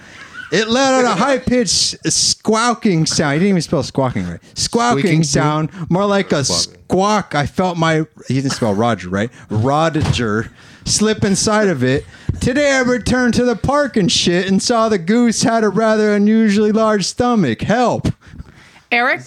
It let out a high pitched squawking sound. He didn't even spell squawking right. Squawking
Squeaking?
sound, more like a squawk. I felt my he didn't spell Roger right. Roger slip inside of it. Today I returned to the park and shit and saw the goose had a rather unusually large stomach. Help!
Eric,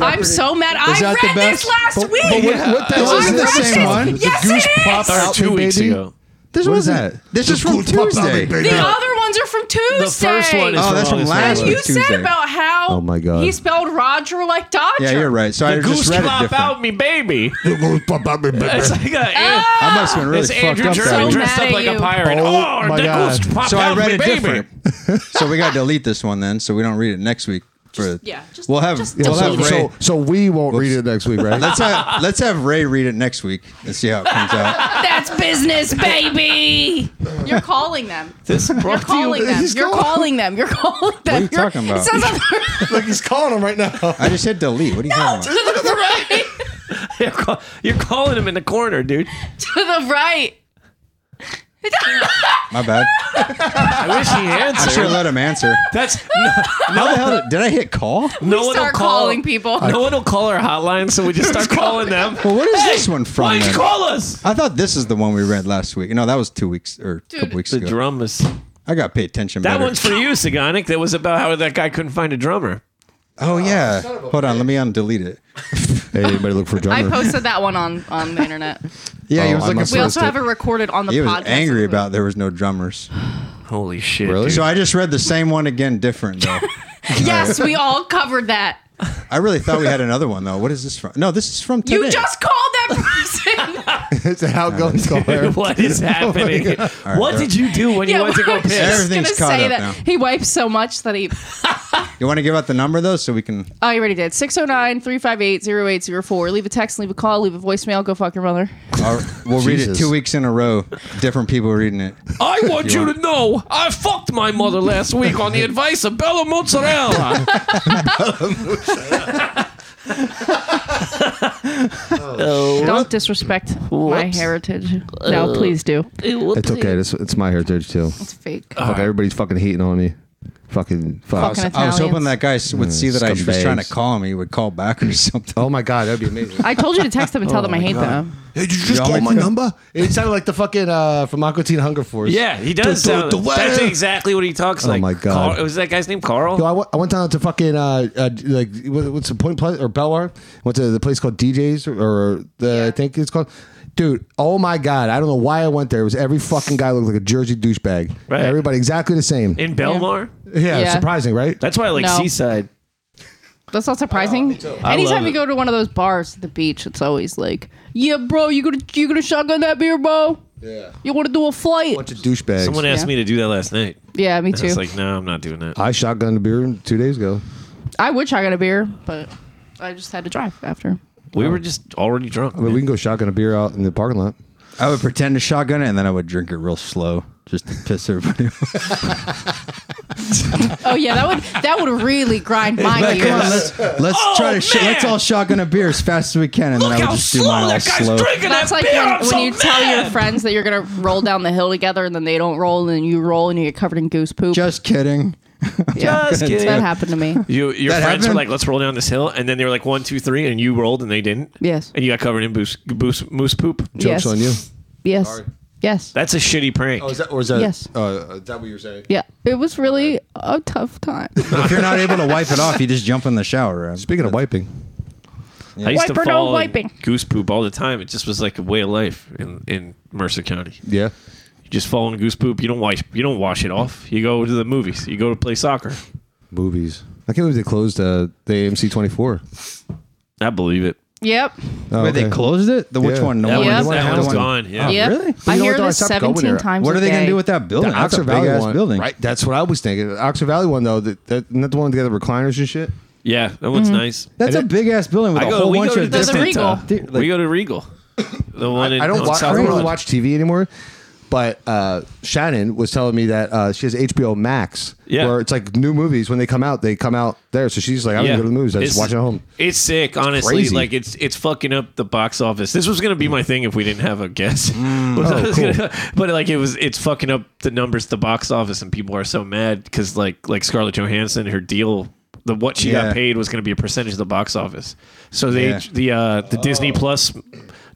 I'm so mad.
Is
I
that the
read this
best?
last
But- but
week.
what-
what the
I
hell is
read
this
this-
same one? The
[LAUGHS] Yes,
goose
it is.
popped out.
Or two
Baby.
weeks ago.
This
What is
wasn't.
that?
This is
The
from
goose popped out of
Tuesday.
the baby.
The
No.
other ones are from Tuesday.
The first one is
Oh, that's
wrong.
from
It's
last
not
And
week.
right.
you
Tuesday.
said about how
Oh my God.
he spelled Roger like Dodger.
Yeah, you're right. So I
The goose
just read it
pop
different.
out me,
[LAUGHS]
baby. It's
It's
like a,
Ah!
I must have been really
it's
fucked
Andrew
up
Jerry
that
So
week.
dressed
Oh.
up
mad at
like a
you.
pirate.
Oh,
Oh,
my
the
God.
goose popped
So
out
I read
me,
it
baby.
different. [LAUGHS] so we got to delete this one then, so we don't read it next week. For,
yeah, just-
we'll have
just
we'll
so,
have Ray.
so, so we won't read it next week, right?
let's
[LAUGHS]
have let's have Ray read it next week and see how it comes out.
That's business, baby. You're calling
[LAUGHS]
them.
This
You're
brought to you- [LAUGHS]
calling them.
He's
You're
calling-
calling them. You're calling them.
are you
You're- [LAUGHS]
talking about?
It says on
[LAUGHS]
the-
like he's calling him right now.
I just hit delete. What are you talking about?
to the right.
You're, call- you're calling him in the corner, dude.
To the right.
My bad.
I wish
[LAUGHS]
he
I should
answered.
have let him answer.
That's no,
How the hell did, did I hit call?
no
We
one will
start
call,
calling people.
No one will call our hotline, so we
[LAUGHS]
just start calling them.
Well, what is this one from?
Why
then?
call us?
I thought this is the one we read last week. No, that was two weeks or a couple weeks
The
ago.
drum is.
I got to pay attention.
That
better.
one's for you, Sagonic. That was about how that guy couldn't find a drummer.
Oh yeah. Hold on, let me undelete it.
[LAUGHS] Hey, anybody look for a
I
drummer?
posted that one on on the
[LAUGHS]
internet.
Yeah, he
Oh,
was
I
looking
must
for.
We also
Posted.
have it recorded on the
He was
podcast.
angry about there was no drummers.
Holy shit!
Really?
dude.
So I just read the same one again, different though.
Yes, we all covered
[LAUGHS]
that.
I really thought we had another one though. What is this from? No, this is from today.
You just called
[LAUGHS]
that person.
[LAUGHS] it's an outgoing [LAUGHS] caller.
[LAUGHS] what
[LAUGHS] Oh
is happening? what did you do when you went to go
I was just
piss?
Everything- Everything's
gonna
caught
say
up
that
now.
He wipes so much that he.
You want to give out the number though, so we can.
Oh, you already did. 609 358 0804. Leave a text, leave a call, leave a voicemail. Go fuck your mother.
I'll- we'll read it
Jesus.
two weeks in a row. Different people reading it.
I want you to know I fucked my mother last week
[LAUGHS]
on the advice of Bella Mozzarella.
Don't disrespect my heritage. No, please do.
It's okay. It's, it's my heritage too.
It's fake.
Fuck, everybody's fucking hating on me. Fucking fuck.
Fucking
I was hoping
Italians.
that guy s- would see that I was
Scumbags.
trying to call him. He would call back or [LAUGHS] something.
Oh my god, that'd be amazing.
I told you to text them
[LAUGHS] Oh
and tell them I hate them.
Hey, did you just
Y'all
call
make
my
the-
number? It sounded like the fucking uh, from Aqua Teen Hunger Force.
Yeah, he does.
The- the-
sound-
the weather.
that's exactly what he talks like.
my God.
Carl, was that guy's name Carl?
Yo, I went- I went down to fucking uh, uh like what- what's the Point Pleasant or Belwar? Went to the place called DJs or, or the I think it's called. Dude, oh my god, I don't know why I went there. It was every fucking guy looked like a Jersey douchebag.
Right.
Everybody exactly the same.
In Belmar?
yeah,
Yeah.
surprising, right?
That's why I like
No.
Seaside.
That's not surprising.
Oh, I love
Anytime you
it.
go to one of those bars at the beach, it's always like, "Yeah, bro, you gonna you gonna shotgun that beer, bro?
Yeah,
You want to do a flight?
bunch of douchebags.
Someone asked
Yeah.
me to do that last night.
yeah, me
I
too.
was like, no, I'm not doing that.
I shotgunned a beer two days ago.
I would shotgun a beer, but I just had to drive after.
We were just already drunk.
But
man.
uh, we can go shotgun a beer out in the parking lot.
I would pretend to shotgun it, and then I would drink it real slow, just to piss everybody off.
Oh yeah, that would that would really grind my
Like, come on,
gears.
let's let's
Oh,
try to. Sh-
man!
let's all shotgun a beer as fast as we can, and then I would just do mine all slow.
That's like when, when you tell your friends that you're gonna roll down the hill together, and then they don't roll, and then you roll, and you get covered in goose poop.
Just kidding.
Yeah.
Just kidding.
That happened to me.
You, your
That
friends
happened?
were like, let's roll down this hill. And then they were like, one, two, three. And you rolled and they didn't.
Yes.
And you got covered in boos boos moose poop.
Jokes
Yes.
on you.
Yes. Yes.
That's a shitty prank.
that or Oh, is that
Yes.
uh, is that what you're saying?
yeah. It was really a tough time. [LAUGHS]
But if you're not able to wipe it off, you just jump in the shower. Right?
Speaking of wiping,
I used
Wiper,
to
no
fall in
wiping.
goose poop all the time. It just was like a way of life in, in Mercer County.
yeah.
You just fall in goose poop. You don't wash. You don't wash it off. You go to the movies. You go to play soccer.
Movies. I can't believe they closed uh, the AMC 24.
I believe it.
Yep.
Oh,
Wait, they
okay.
closed it. The which
Yeah.
one? The
That one,
one.
Yeah.
that
the one-
one
the
was
one-
gone.
Oh,
Yeah.
Yep.
Really? But
I
you know
hear
what, though?
this
I stopped going
17
there.
times.
What are
a
they going
day.
to do with that building?
The
That's
Oxford
a big
Valley
ass
one,
building.
right? That's what I was thinking. The Oxford Valley one though, that, that not the one that got the recliners and shit.
Yeah, that one's nice.
That's a big ass building with
I
a
go-
whole
we
bunch
go to
of
the-
Mm-hmm. There's a
different.
Regal.
Dude, like-
we go to Regal. The one in,
I don't
on
watch. I
South
don't really
Broad.
watch TV anymore. But uh, Shannon was telling me that uh, she has HBO Max,
Yeah.
where it's like new movies when they come out, they come out there. So she's like, I don't even go to the movies. I just
It's-
watch at home.
It's sick, honestly.
crazy.
Like it's it's fucking up the box office. This was gonna be my thing if we didn't have a
[LAUGHS]
guest. [LAUGHS] Was I was
Mm, oh, cool.
gonna- but like it was, it's fucking up the numbers, at the box office, and people are so mad because like like Scarlett Johansson, her deal, the what she
Yeah.
got paid was gonna be a percentage of the box office. So they
Yeah.
the uh the Disney Plus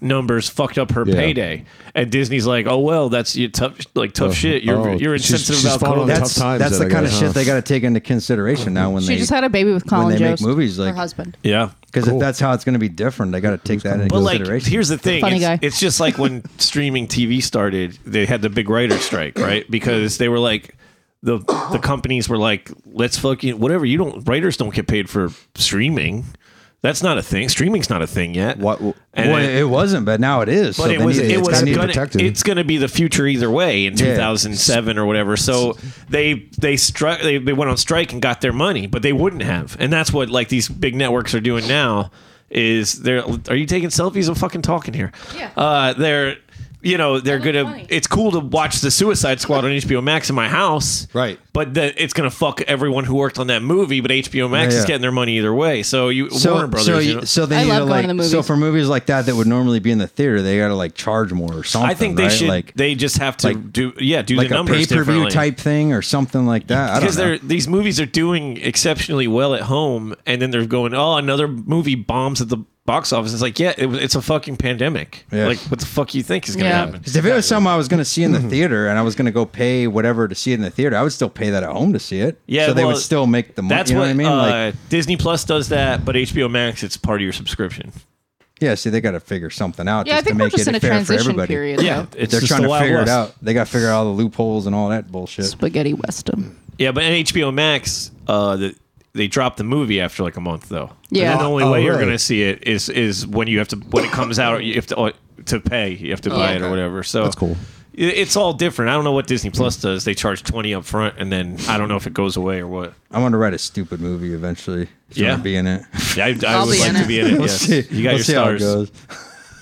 numbers fucked up her
Yeah.
payday, and Disney's like, oh well, that's you tough like tough shit. You're
oh,
you're
she's-
insensitive
she's
about COVID.
falling on top.
That's
times that
that's the
I
kind of
guess,
shit
huh?
they got to take into consideration now when
She
they
just had a baby with Colin
they make
Jost,
movies, like-
her husband.
yeah.
because if that's how it's going to be different, they got to take that into
But like,
consideration.
here's the thing:
Funny
it's,
guy.
it's just like when streaming TV started, they had the big writer strike, right? Because they were like, the the companies were like, let's fucking whatever. You don't writers don't get paid for streaming. That's not a thing. Streaming's not a thing yet.
What-
And
well,
then-
it, wasn't, but now it is.
but
so
it
they
was
need to-
it
it's
was
gotta be
gonna,
protected.
it's going to be the future either way in
Yeah.
2007 or whatever. So they they struck they, they went on strike and got their money, but they wouldn't have. And that's what like these big networks are doing now is they're are you taking selfies? I'm fucking talking here.
Yeah.
Uh, they're you know they're
That looks
gonna.
funny.
It's cool to watch the Suicide Squad on HBO Max in my house,
Right.
But that it's gonna fuck everyone who worked on that movie. But HBO Max
Yeah,
is
yeah.
getting their money either way. So you
So,
Warner Brothers.
so,
you
you-
know?
so they
I
need
love
to
going
like
to the
so
movies.
for movies like that that would normally be in the theater, they got to like charge more or something.
I think they
right?
should.
like
they just have to
like-
do yeah do
like
the
a
numbers
pay per view
differently.
type thing or something like that. I don't
because
know.
they're these movies are doing exceptionally well at home, and then they're going, oh, another movie bombs at the box office. It's like, yeah, it, was- it's a fucking pandemic.
Yeah.
Like, what the fuck you think is gonna
Yeah.
happen?
Because if it was something I was going to see
Mm-hmm.
in the theater and I was going to go pay whatever to see it in the theater, I would still pay that at home to see it.
Yeah,
so they
well,
would still make the money.
That's
you know
what,
what, I mean?
uh,
like,
Disney Plus does that, but HBO Max, it's part of your subscription.
yeah, see, they got to figure something out.
Yeah, I
just
think
to
we're
make
just
it
in a
fair for
transition
everybody.
period.
Yeah,
though.
it's
They're
just
trying
the
to
Wild
figure
West.
it out. They got to figure out all the loopholes and all that bullshit.
Spaghetti Weston.
Yeah, but in HBO Max, uh, the, they dropped the movie after like a month though. And
Yeah.
then the only
Oh,
way you're
really?
gonna see it is is when you have to when it comes out. You have to uh, to pay. You have to buy it or
okay.
whatever. So
That's cool.
i- It's all different. I don't know what Disney Plus does. They charge twenty up front, and then I don't know if it goes away or what.
I want to write a stupid movie eventually. If you
Yeah.
wanna Be in it. [LAUGHS]
Yeah, I, I
I'll
would
be
like
in
to
it.
be in it.
[LAUGHS]
We'll
yes.
see.
You got
We'll
your
see how it
stars.
goes.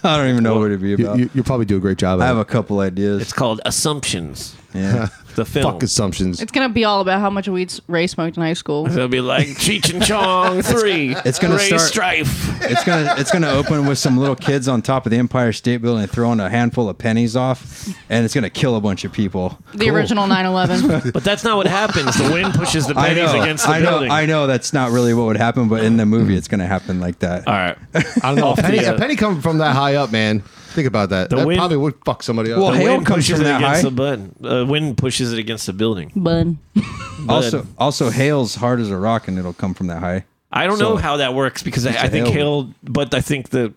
I don't even know what it'd be
You,
about.
you, you'll probably do a great job.
I
at
have
it.
a couple ideas.
It's called Assumptions. [LAUGHS]
yeah.
The film.
fuck assumptions.
It's gonna be all about how much weed Ray smoked in high
[LAUGHS]
school.
They'll be like Cheech and Chong three.
it's gonna
Ray
start-
strife.
It's gonna it's gonna open with some little kids on top of the Empire State Building throwing a handful of pennies off, and it's gonna kill a bunch of people.
The original
[LAUGHS]
9/11.
But that's not what happens. The wind pushes the pennies against the
I know,
building.
I know that's not really what would happen, but in the movie, it's gonna happen like that.
All right.
I don't know. A penny,
the, uh,
a penny coming from that high up, man. Think about that. that
wind-
probably would fuck somebody up.
Well,
The
hail
wind
comes
pushes
from
it
that
against
high.
the button. The wind pushes it against the building.
[LAUGHS] Bun.
also, also hail's hard as a rock, and it'll come from that high.
I don't know how that works because I, I think
hail.
hail, but I think the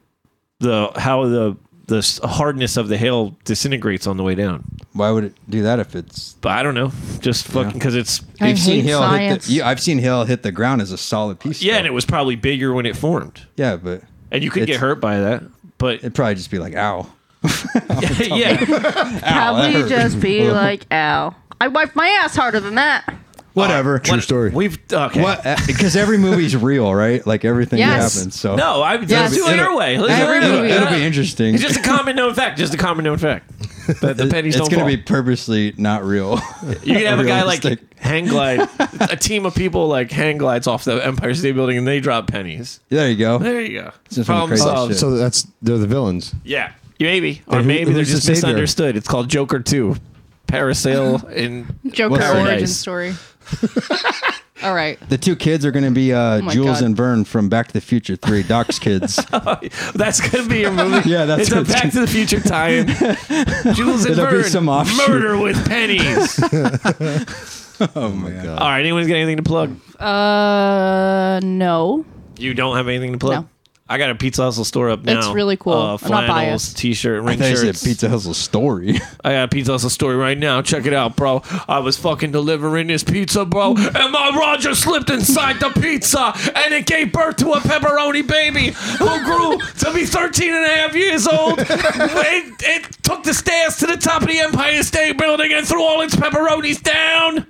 the how the the s- hardness of the hail disintegrates on the way down.
Why would it do that if it's?
But I don't know, just fucking because it's
I
You've seen
hate
hail hit
science.
the, you, I've seen hail hit the ground as a solid piece.
yeah,
though.
and it was probably bigger when it formed,
yeah, but
and you could get
It's-
hurt by that. But
it'd probably just be like, ow.
[LAUGHS] yeah,
Probably
hurt.
just be like, ow. I wiped my ass harder than that.
[LAUGHS] Whatever.
True story.
we've okay.
[LAUGHS] What? uh, Because every movie's real, right? Like everything
Yes.
that happens. So
No, I
Yes.
let's do it your way. Let's
Every
do it. [LAUGHS]
movie.
it'll be interesting.
It's just a common known fact. Just a common known fact. That the pennies
[LAUGHS] it's
don't
gonna
fall.
be purposely not real.
You could have a guy like
Realistic.
hang glide, a team of people like hang glides off the Empire State Building and they drop pennies.
there you go.
There you go.
Just some
Problem
crazy
solved.
shit.
so that's they're the villains.
Yeah. Maybe. Or
who-
maybe they're
who's the
just
savior?
misunderstood. It's called Joker 2.
[LAUGHS]
Parasail and
Joker
What's that?
origin
Nice.
[LAUGHS]
story. All right.
The two kids are gonna be uh,
Oh my
Jules
God.
and Vern from Back to the Future Three,
[LAUGHS]
Doc's kids.
that's gonna be your movie.
[LAUGHS] Yeah, that's
it's a
what it's
Back to the Future
[LAUGHS]
tie-in. Jules and
It'll
Vern,
be some offshoot.
murder with pennies.
[LAUGHS] oh my god!
All right, anyone's got anything to plug?
Uh, no.
You don't have anything to plug.
No.
I got a Pizza Hustle store up now.
really cool.
Uh,
I'm not
flannels,
biased.
t-shirt,
I
ring
thought you said
shirts.
Pizza
[LAUGHS]
Hustle story.
I got a Pizza Hustle story right now. Check it out, bro. I was fucking delivering this pizza, bro, and my Roger slipped inside the pizza, and it gave birth to a pepperoni baby who grew to be 13 and a half years old. It, it took the stairs to the top of the Empire State Building and threw all its pepperonis down.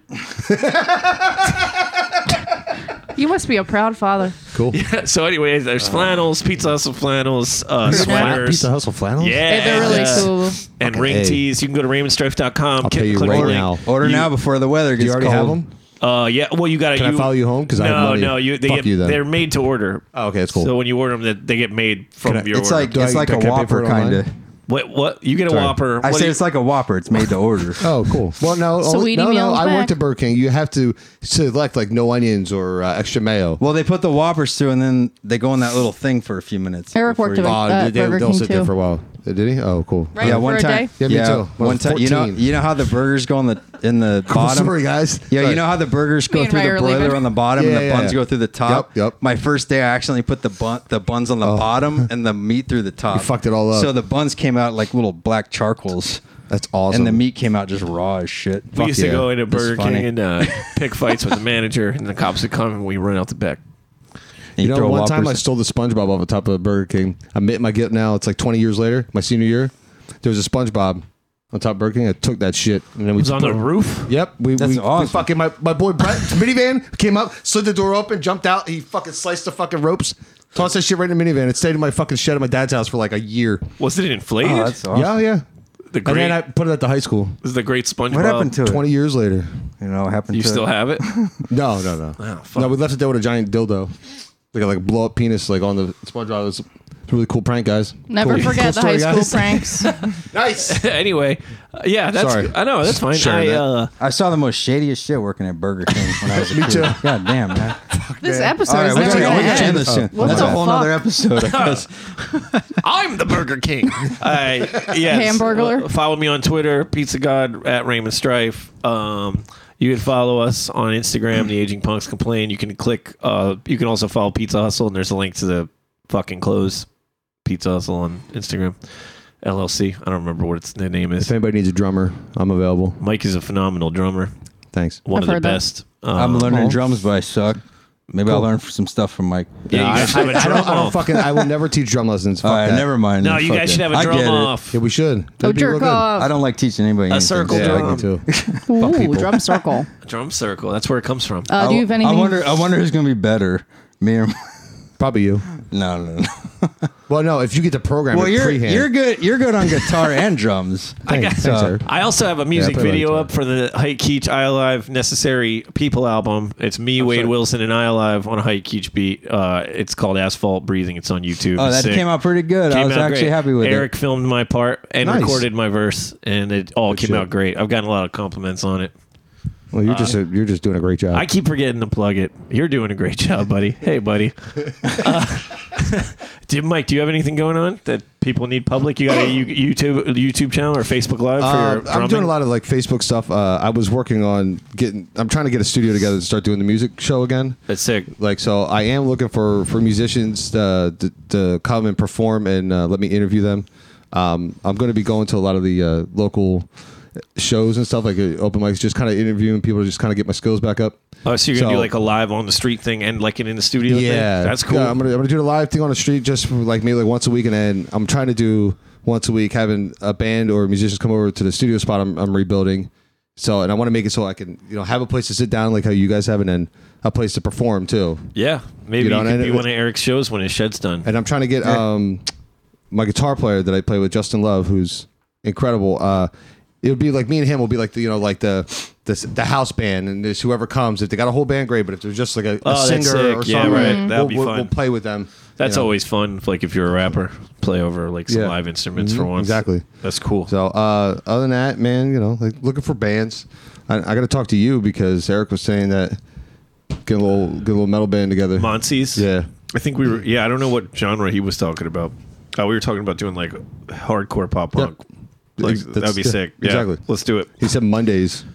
[LAUGHS]
You must be a proud father.
Cool.
So, anyways,
Uh-huh.
there's flannels, Pizza Hustle flannels, uh, sweaters.
Pizza Hustle flannels.
Yeah,
Hey, they're really
uh,
cool.
And ring
A.
tees. You can go to RaymondStrife.com.
I'll
click-
pay Oh. you
click the
right
link.
now.
Order now before the weather
Do
gets
you already
cold.
have them?
Uh, yeah. Well, you got to.
Can I follow you home? 'Cause I have
no,
money.
no. You, they
Fuck
get,
you then.
They're made to order.
Oh, okay, that's cool.
So when you order them, that they get made from
Can I-
your
It's
order.
like
Do I-
it's like
do
a
I pay for
Whopper
it online?
kind of.
what? What? You get a
Sorry.
Whopper.
I
What do
said
you-
it's like a Whopper. It's made to order.
Oh, cool. Well, no,
So
only-
Weedy
no, no.
Meal's
I
back.
worked at Burger King. You have to select like no onions or uh, extra mayo.
Well, they put the Whoppers through, and then they go in that little thing for a few minutes.
Eric worked
before you-
at
Uh,
Uh,
they,
Burger
will
King,
sit there
too.
for a while. Uh, Did he? Oh, cool.
Right?
Yeah,
For
one
a
time.
day?
Yeah, me too. When I
One
was
time. You know,
14.
you know how the burgers go in the
[LAUGHS]
in the bottom.
Sorry, guys.
Yeah,
Sorry.
you know how the burgers
Me
go
and
through
Ray
the
are
broiler
leaving.
on the bottom
Yeah,
and the
yeah,
buns
yeah.
go through the top.
Yep, yep.
My first day, I accidentally put the bun the buns on
[LAUGHS]
the bottom and the meat through the top.
fucked it all up.
So the buns came out like little black charcoals,
That's awesome.
and the meat came out just raw as shit.
we used
yeah.
to go into
That's
Burger
funny.
King and
[LAUGHS]
uh, pick fights with the manager, and the cops would come and we run out the back.
And
You know,
throw
one time I
Whoppers-
stole the SpongeBob off the top of Burger King. I admit my guilt now. It's like 20 years later, my senior year. There was a SpongeBob on top of Burger King. I took that shit, and then we
It was on
put-
the roof.
Yep, we,
That's
we, we
awesome.
fucking my, my boy Brett's minivan came up, slid the door open, jumped out. He fucking sliced the fucking ropes, tossed that shit right in the minivan. It stayed in my fucking shed at my dad's house for like a year.
Was it inflated?
Oh, that's awesome.
Yeah, yeah.
the
And
great.
then I put it at the high school.
this is the great SpongeBob.
What happened to
Twenty years later.
it? You know, what happened.
You
to
still
[LAUGHS]
it?
have it? [LAUGHS]
No, no, no.
fuck.
no, we left it there with a giant dildo. Like a like blow up penis like on the SpongeBob. It was a really cool prank, guys.
Never
Cool.
forget
Cool
the
story,
high school
guys. [LAUGHS]
pranks. [LAUGHS]
Nice.
anyway, uh, yeah. That's.
Sorry.
I know. That's fine.
Sharing
I,
that.
uh,
[LAUGHS]
I saw the most shadiest shit working at Burger King when I was a Me kid.
too. [LAUGHS]
God damn, man.
fuck,
This
man.
episode is
we
never
gotta-
going
we
to
gotta
end.
end this soon.
What
That's
the
a whole
fuck?
nother episode.
[LAUGHS]
I guess.
I'm the Burger King. [LAUGHS] I yes.
Hamburglar.
Uh, follow me on Twitter, Pizza God at Raymond Strife. Um, you can follow us on Instagram, The Aging Punks Complain. You can click. Uh, you can also follow Pizza Hustle, and there's a link to the fucking close Pizza Hustle on Instagram. LLC. I don't remember what its the name
If
is.
anybody needs a drummer, I'm available.
Mike is a phenomenal drummer,
Thanks.
one
I've
of the
heard that.
best.
I'm
Um,
Oh,
learning drums, but I suck. Maybe I'll learn some stuff from Mike.
Yeah, you
I,
guys have a drum
I don't, I don't
off.
fucking. I will never teach drum lessons. Fuck
All right,
that.
never mind.
No,
then.
you
Fuck
guys
it.
should have a
I
drum
get it.
off.
Yeah, we should. That'd
Oh,
be real
jerk
good.
I
off.
don't like teaching anybody. anything,
circle
so
Yeah,
I
I
drum.
do
[LAUGHS]
too.
Ooh, drum circle.
Drum circle. That's where it comes from.
Uh, do you have
I-
anything?
I wonder. I wonder who's gonna be better, me or
Probably you.
[LAUGHS] no, no, no.
Well, no, if you get to program
Well,
it
you're
pre-hand.
you're good. You're good on guitar and drums.
Thanks,
got-
thanks, Eric.
I also have a music
play a lot of
video
guitar.
up for the Hike Keach I Alive Necessary People album. It's me, Wade Wilson, and I Alive on a Hike Keach beat. Uh, it's called Asphalt Breathing. It's on YouTube.
Oh,
It's
that
sick.
came out pretty good. I
Came
was
out
actually
great.
happy with
Eric
it.
filmed my part and
Nice.
recorded my verse, and it all came
shit.
out great. I've gotten a lot of compliments on it.
Well, you're just a, you're just doing a great job.
I keep forgetting to plug it. You're doing a great job, buddy. Hey, buddy.
[LAUGHS]
Uh, [LAUGHS] do, Mike, do you have anything going on that people need public? You got
[COUGHS]
a you- YouTube YouTube channel or Facebook Live for
Uh,
your
I'm
drumming?
doing a lot of like Facebook stuff. Uh, I was working on getting. I'm trying to get a studio together to start doing the music show again.
That's sick.
Like so, I am looking for for musicians uh, to to come and perform and uh, let me interview them. Um, I'm going to be going to a lot of the uh, local shows and stuff like uh, open mics, just kind of interviewing people to just kind of get my skills back up.
Oh, so you're gonna
So-
do like a live on the street thing and like an in the studio thing? That's cool.
Yeah, I'm gonna I'm gonna do a live thing on the street just for like maybe like once a week, and then I'm trying to do once a week having a band or musicians come over to the studio spot I'm, I'm rebuilding. So and I want to make it so I can you know have a place to sit down like how you guys have, and then a place to perform too.
yeah, maybe
You
you,
know,
could
and
be
it-
one of Eric's shows when his shed's done.
And I'm trying to get um my guitar player that I play with, Justin Love, who's incredible. Uh, it would be like me and him will be like the you know like the the, the house band, and there's whoever comes. If they got a whole band, great. But if there's just like a, a
Oh, that's
singer or
sick. Yeah,
songwriter,
right.
we'll,
That'd be
we'll,
fun.
we'll play with them.
That's
you know.
always fun. Like if you're a rapper, play over like some
Yeah. Mm-hmm.
live instruments for once.
exactly.
That's cool.
So uh, other than that, man, you know, like looking for bands. I, I got to talk to you because Eric was saying that get a little get a little metal band together.
Monty's.
Yeah.
I think we were. Yeah, I don't know what genre he was talking about. Oh, we were talking about doing like hardcore pop punk. Like,
Ex-
that'd
that's-
be
yeah,
sick. Yeah,
exactly.
Let's do it.
He said Mondays.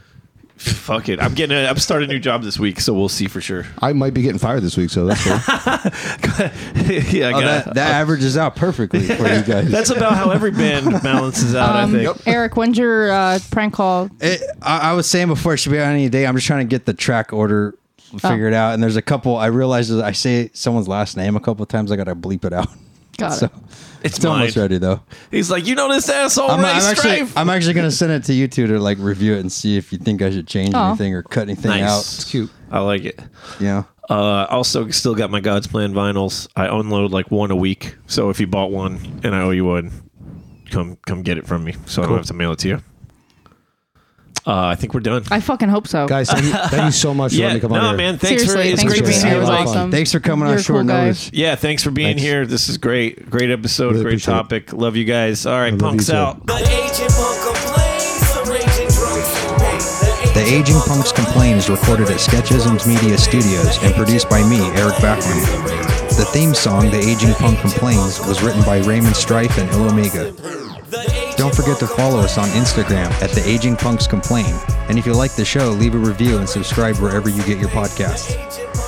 Fuck it. I'm getting. A, I'm starting a new job this week, so we'll see for sure. [LAUGHS]
I might be getting fired this week, so that's cool.
yeah,
Oh,
I got.
that, that averages out perfectly for you guys.
that's about how every band balances out.
Um,
I think.
Eric, when's your uh, prank call?
It, I, I was saying before it should be on any day. I'm just trying to get the track order
Oh.
figured out. And there's a couple. I realized that I say someone's last name a couple of times. I gotta bleep it out.
Got
[LAUGHS] so
it.
It's
it's almost
mine.
ready though.
He's like, you know this asshole,
I'm,
Ray
I'm actually
Strife?
I'm actually gonna send it to you two to like review it and see if you think I should change
Aw.
anything or cut anything
Nice.
cute.
I like it.
out. You know.
Uh, also, still got my God's Plan vinyls. I unload like one a week. So if you bought one and I owe you one, come come get it from me. So I don't have to mail it to you. Uh, I think we're done.
I fucking hope so.
Guys, thank you, thank you so much for
yeah,
letting me come
no,
on here.
man. Thanks
Seriously,
for it's
thanks
great
for
to
being
see
here.
you.
It was
Mike.
awesome.
Thanks for coming
You're
on
a
short
cool guy.
notice.
Yeah, thanks for being
Thanks.
here. This is great. Great episode.
Really
great
appreciate it.
topic. Love you guys. All right,
love you
punks
too.
out.
The aging punk complains, the raging drunks complain.
The Aging Punks Complain is recorded at Sketchisms Media Studios and produced by me, Eric Backman. The
The
theme song, The Aging Punk Complains, was written by Raymond Strife and Il Omega.
Don't forget to follow us on
Instagram at The Aging Punks Complain. And if you like the show, leave a review and subscribe wherever you get your podcasts.
Instagram.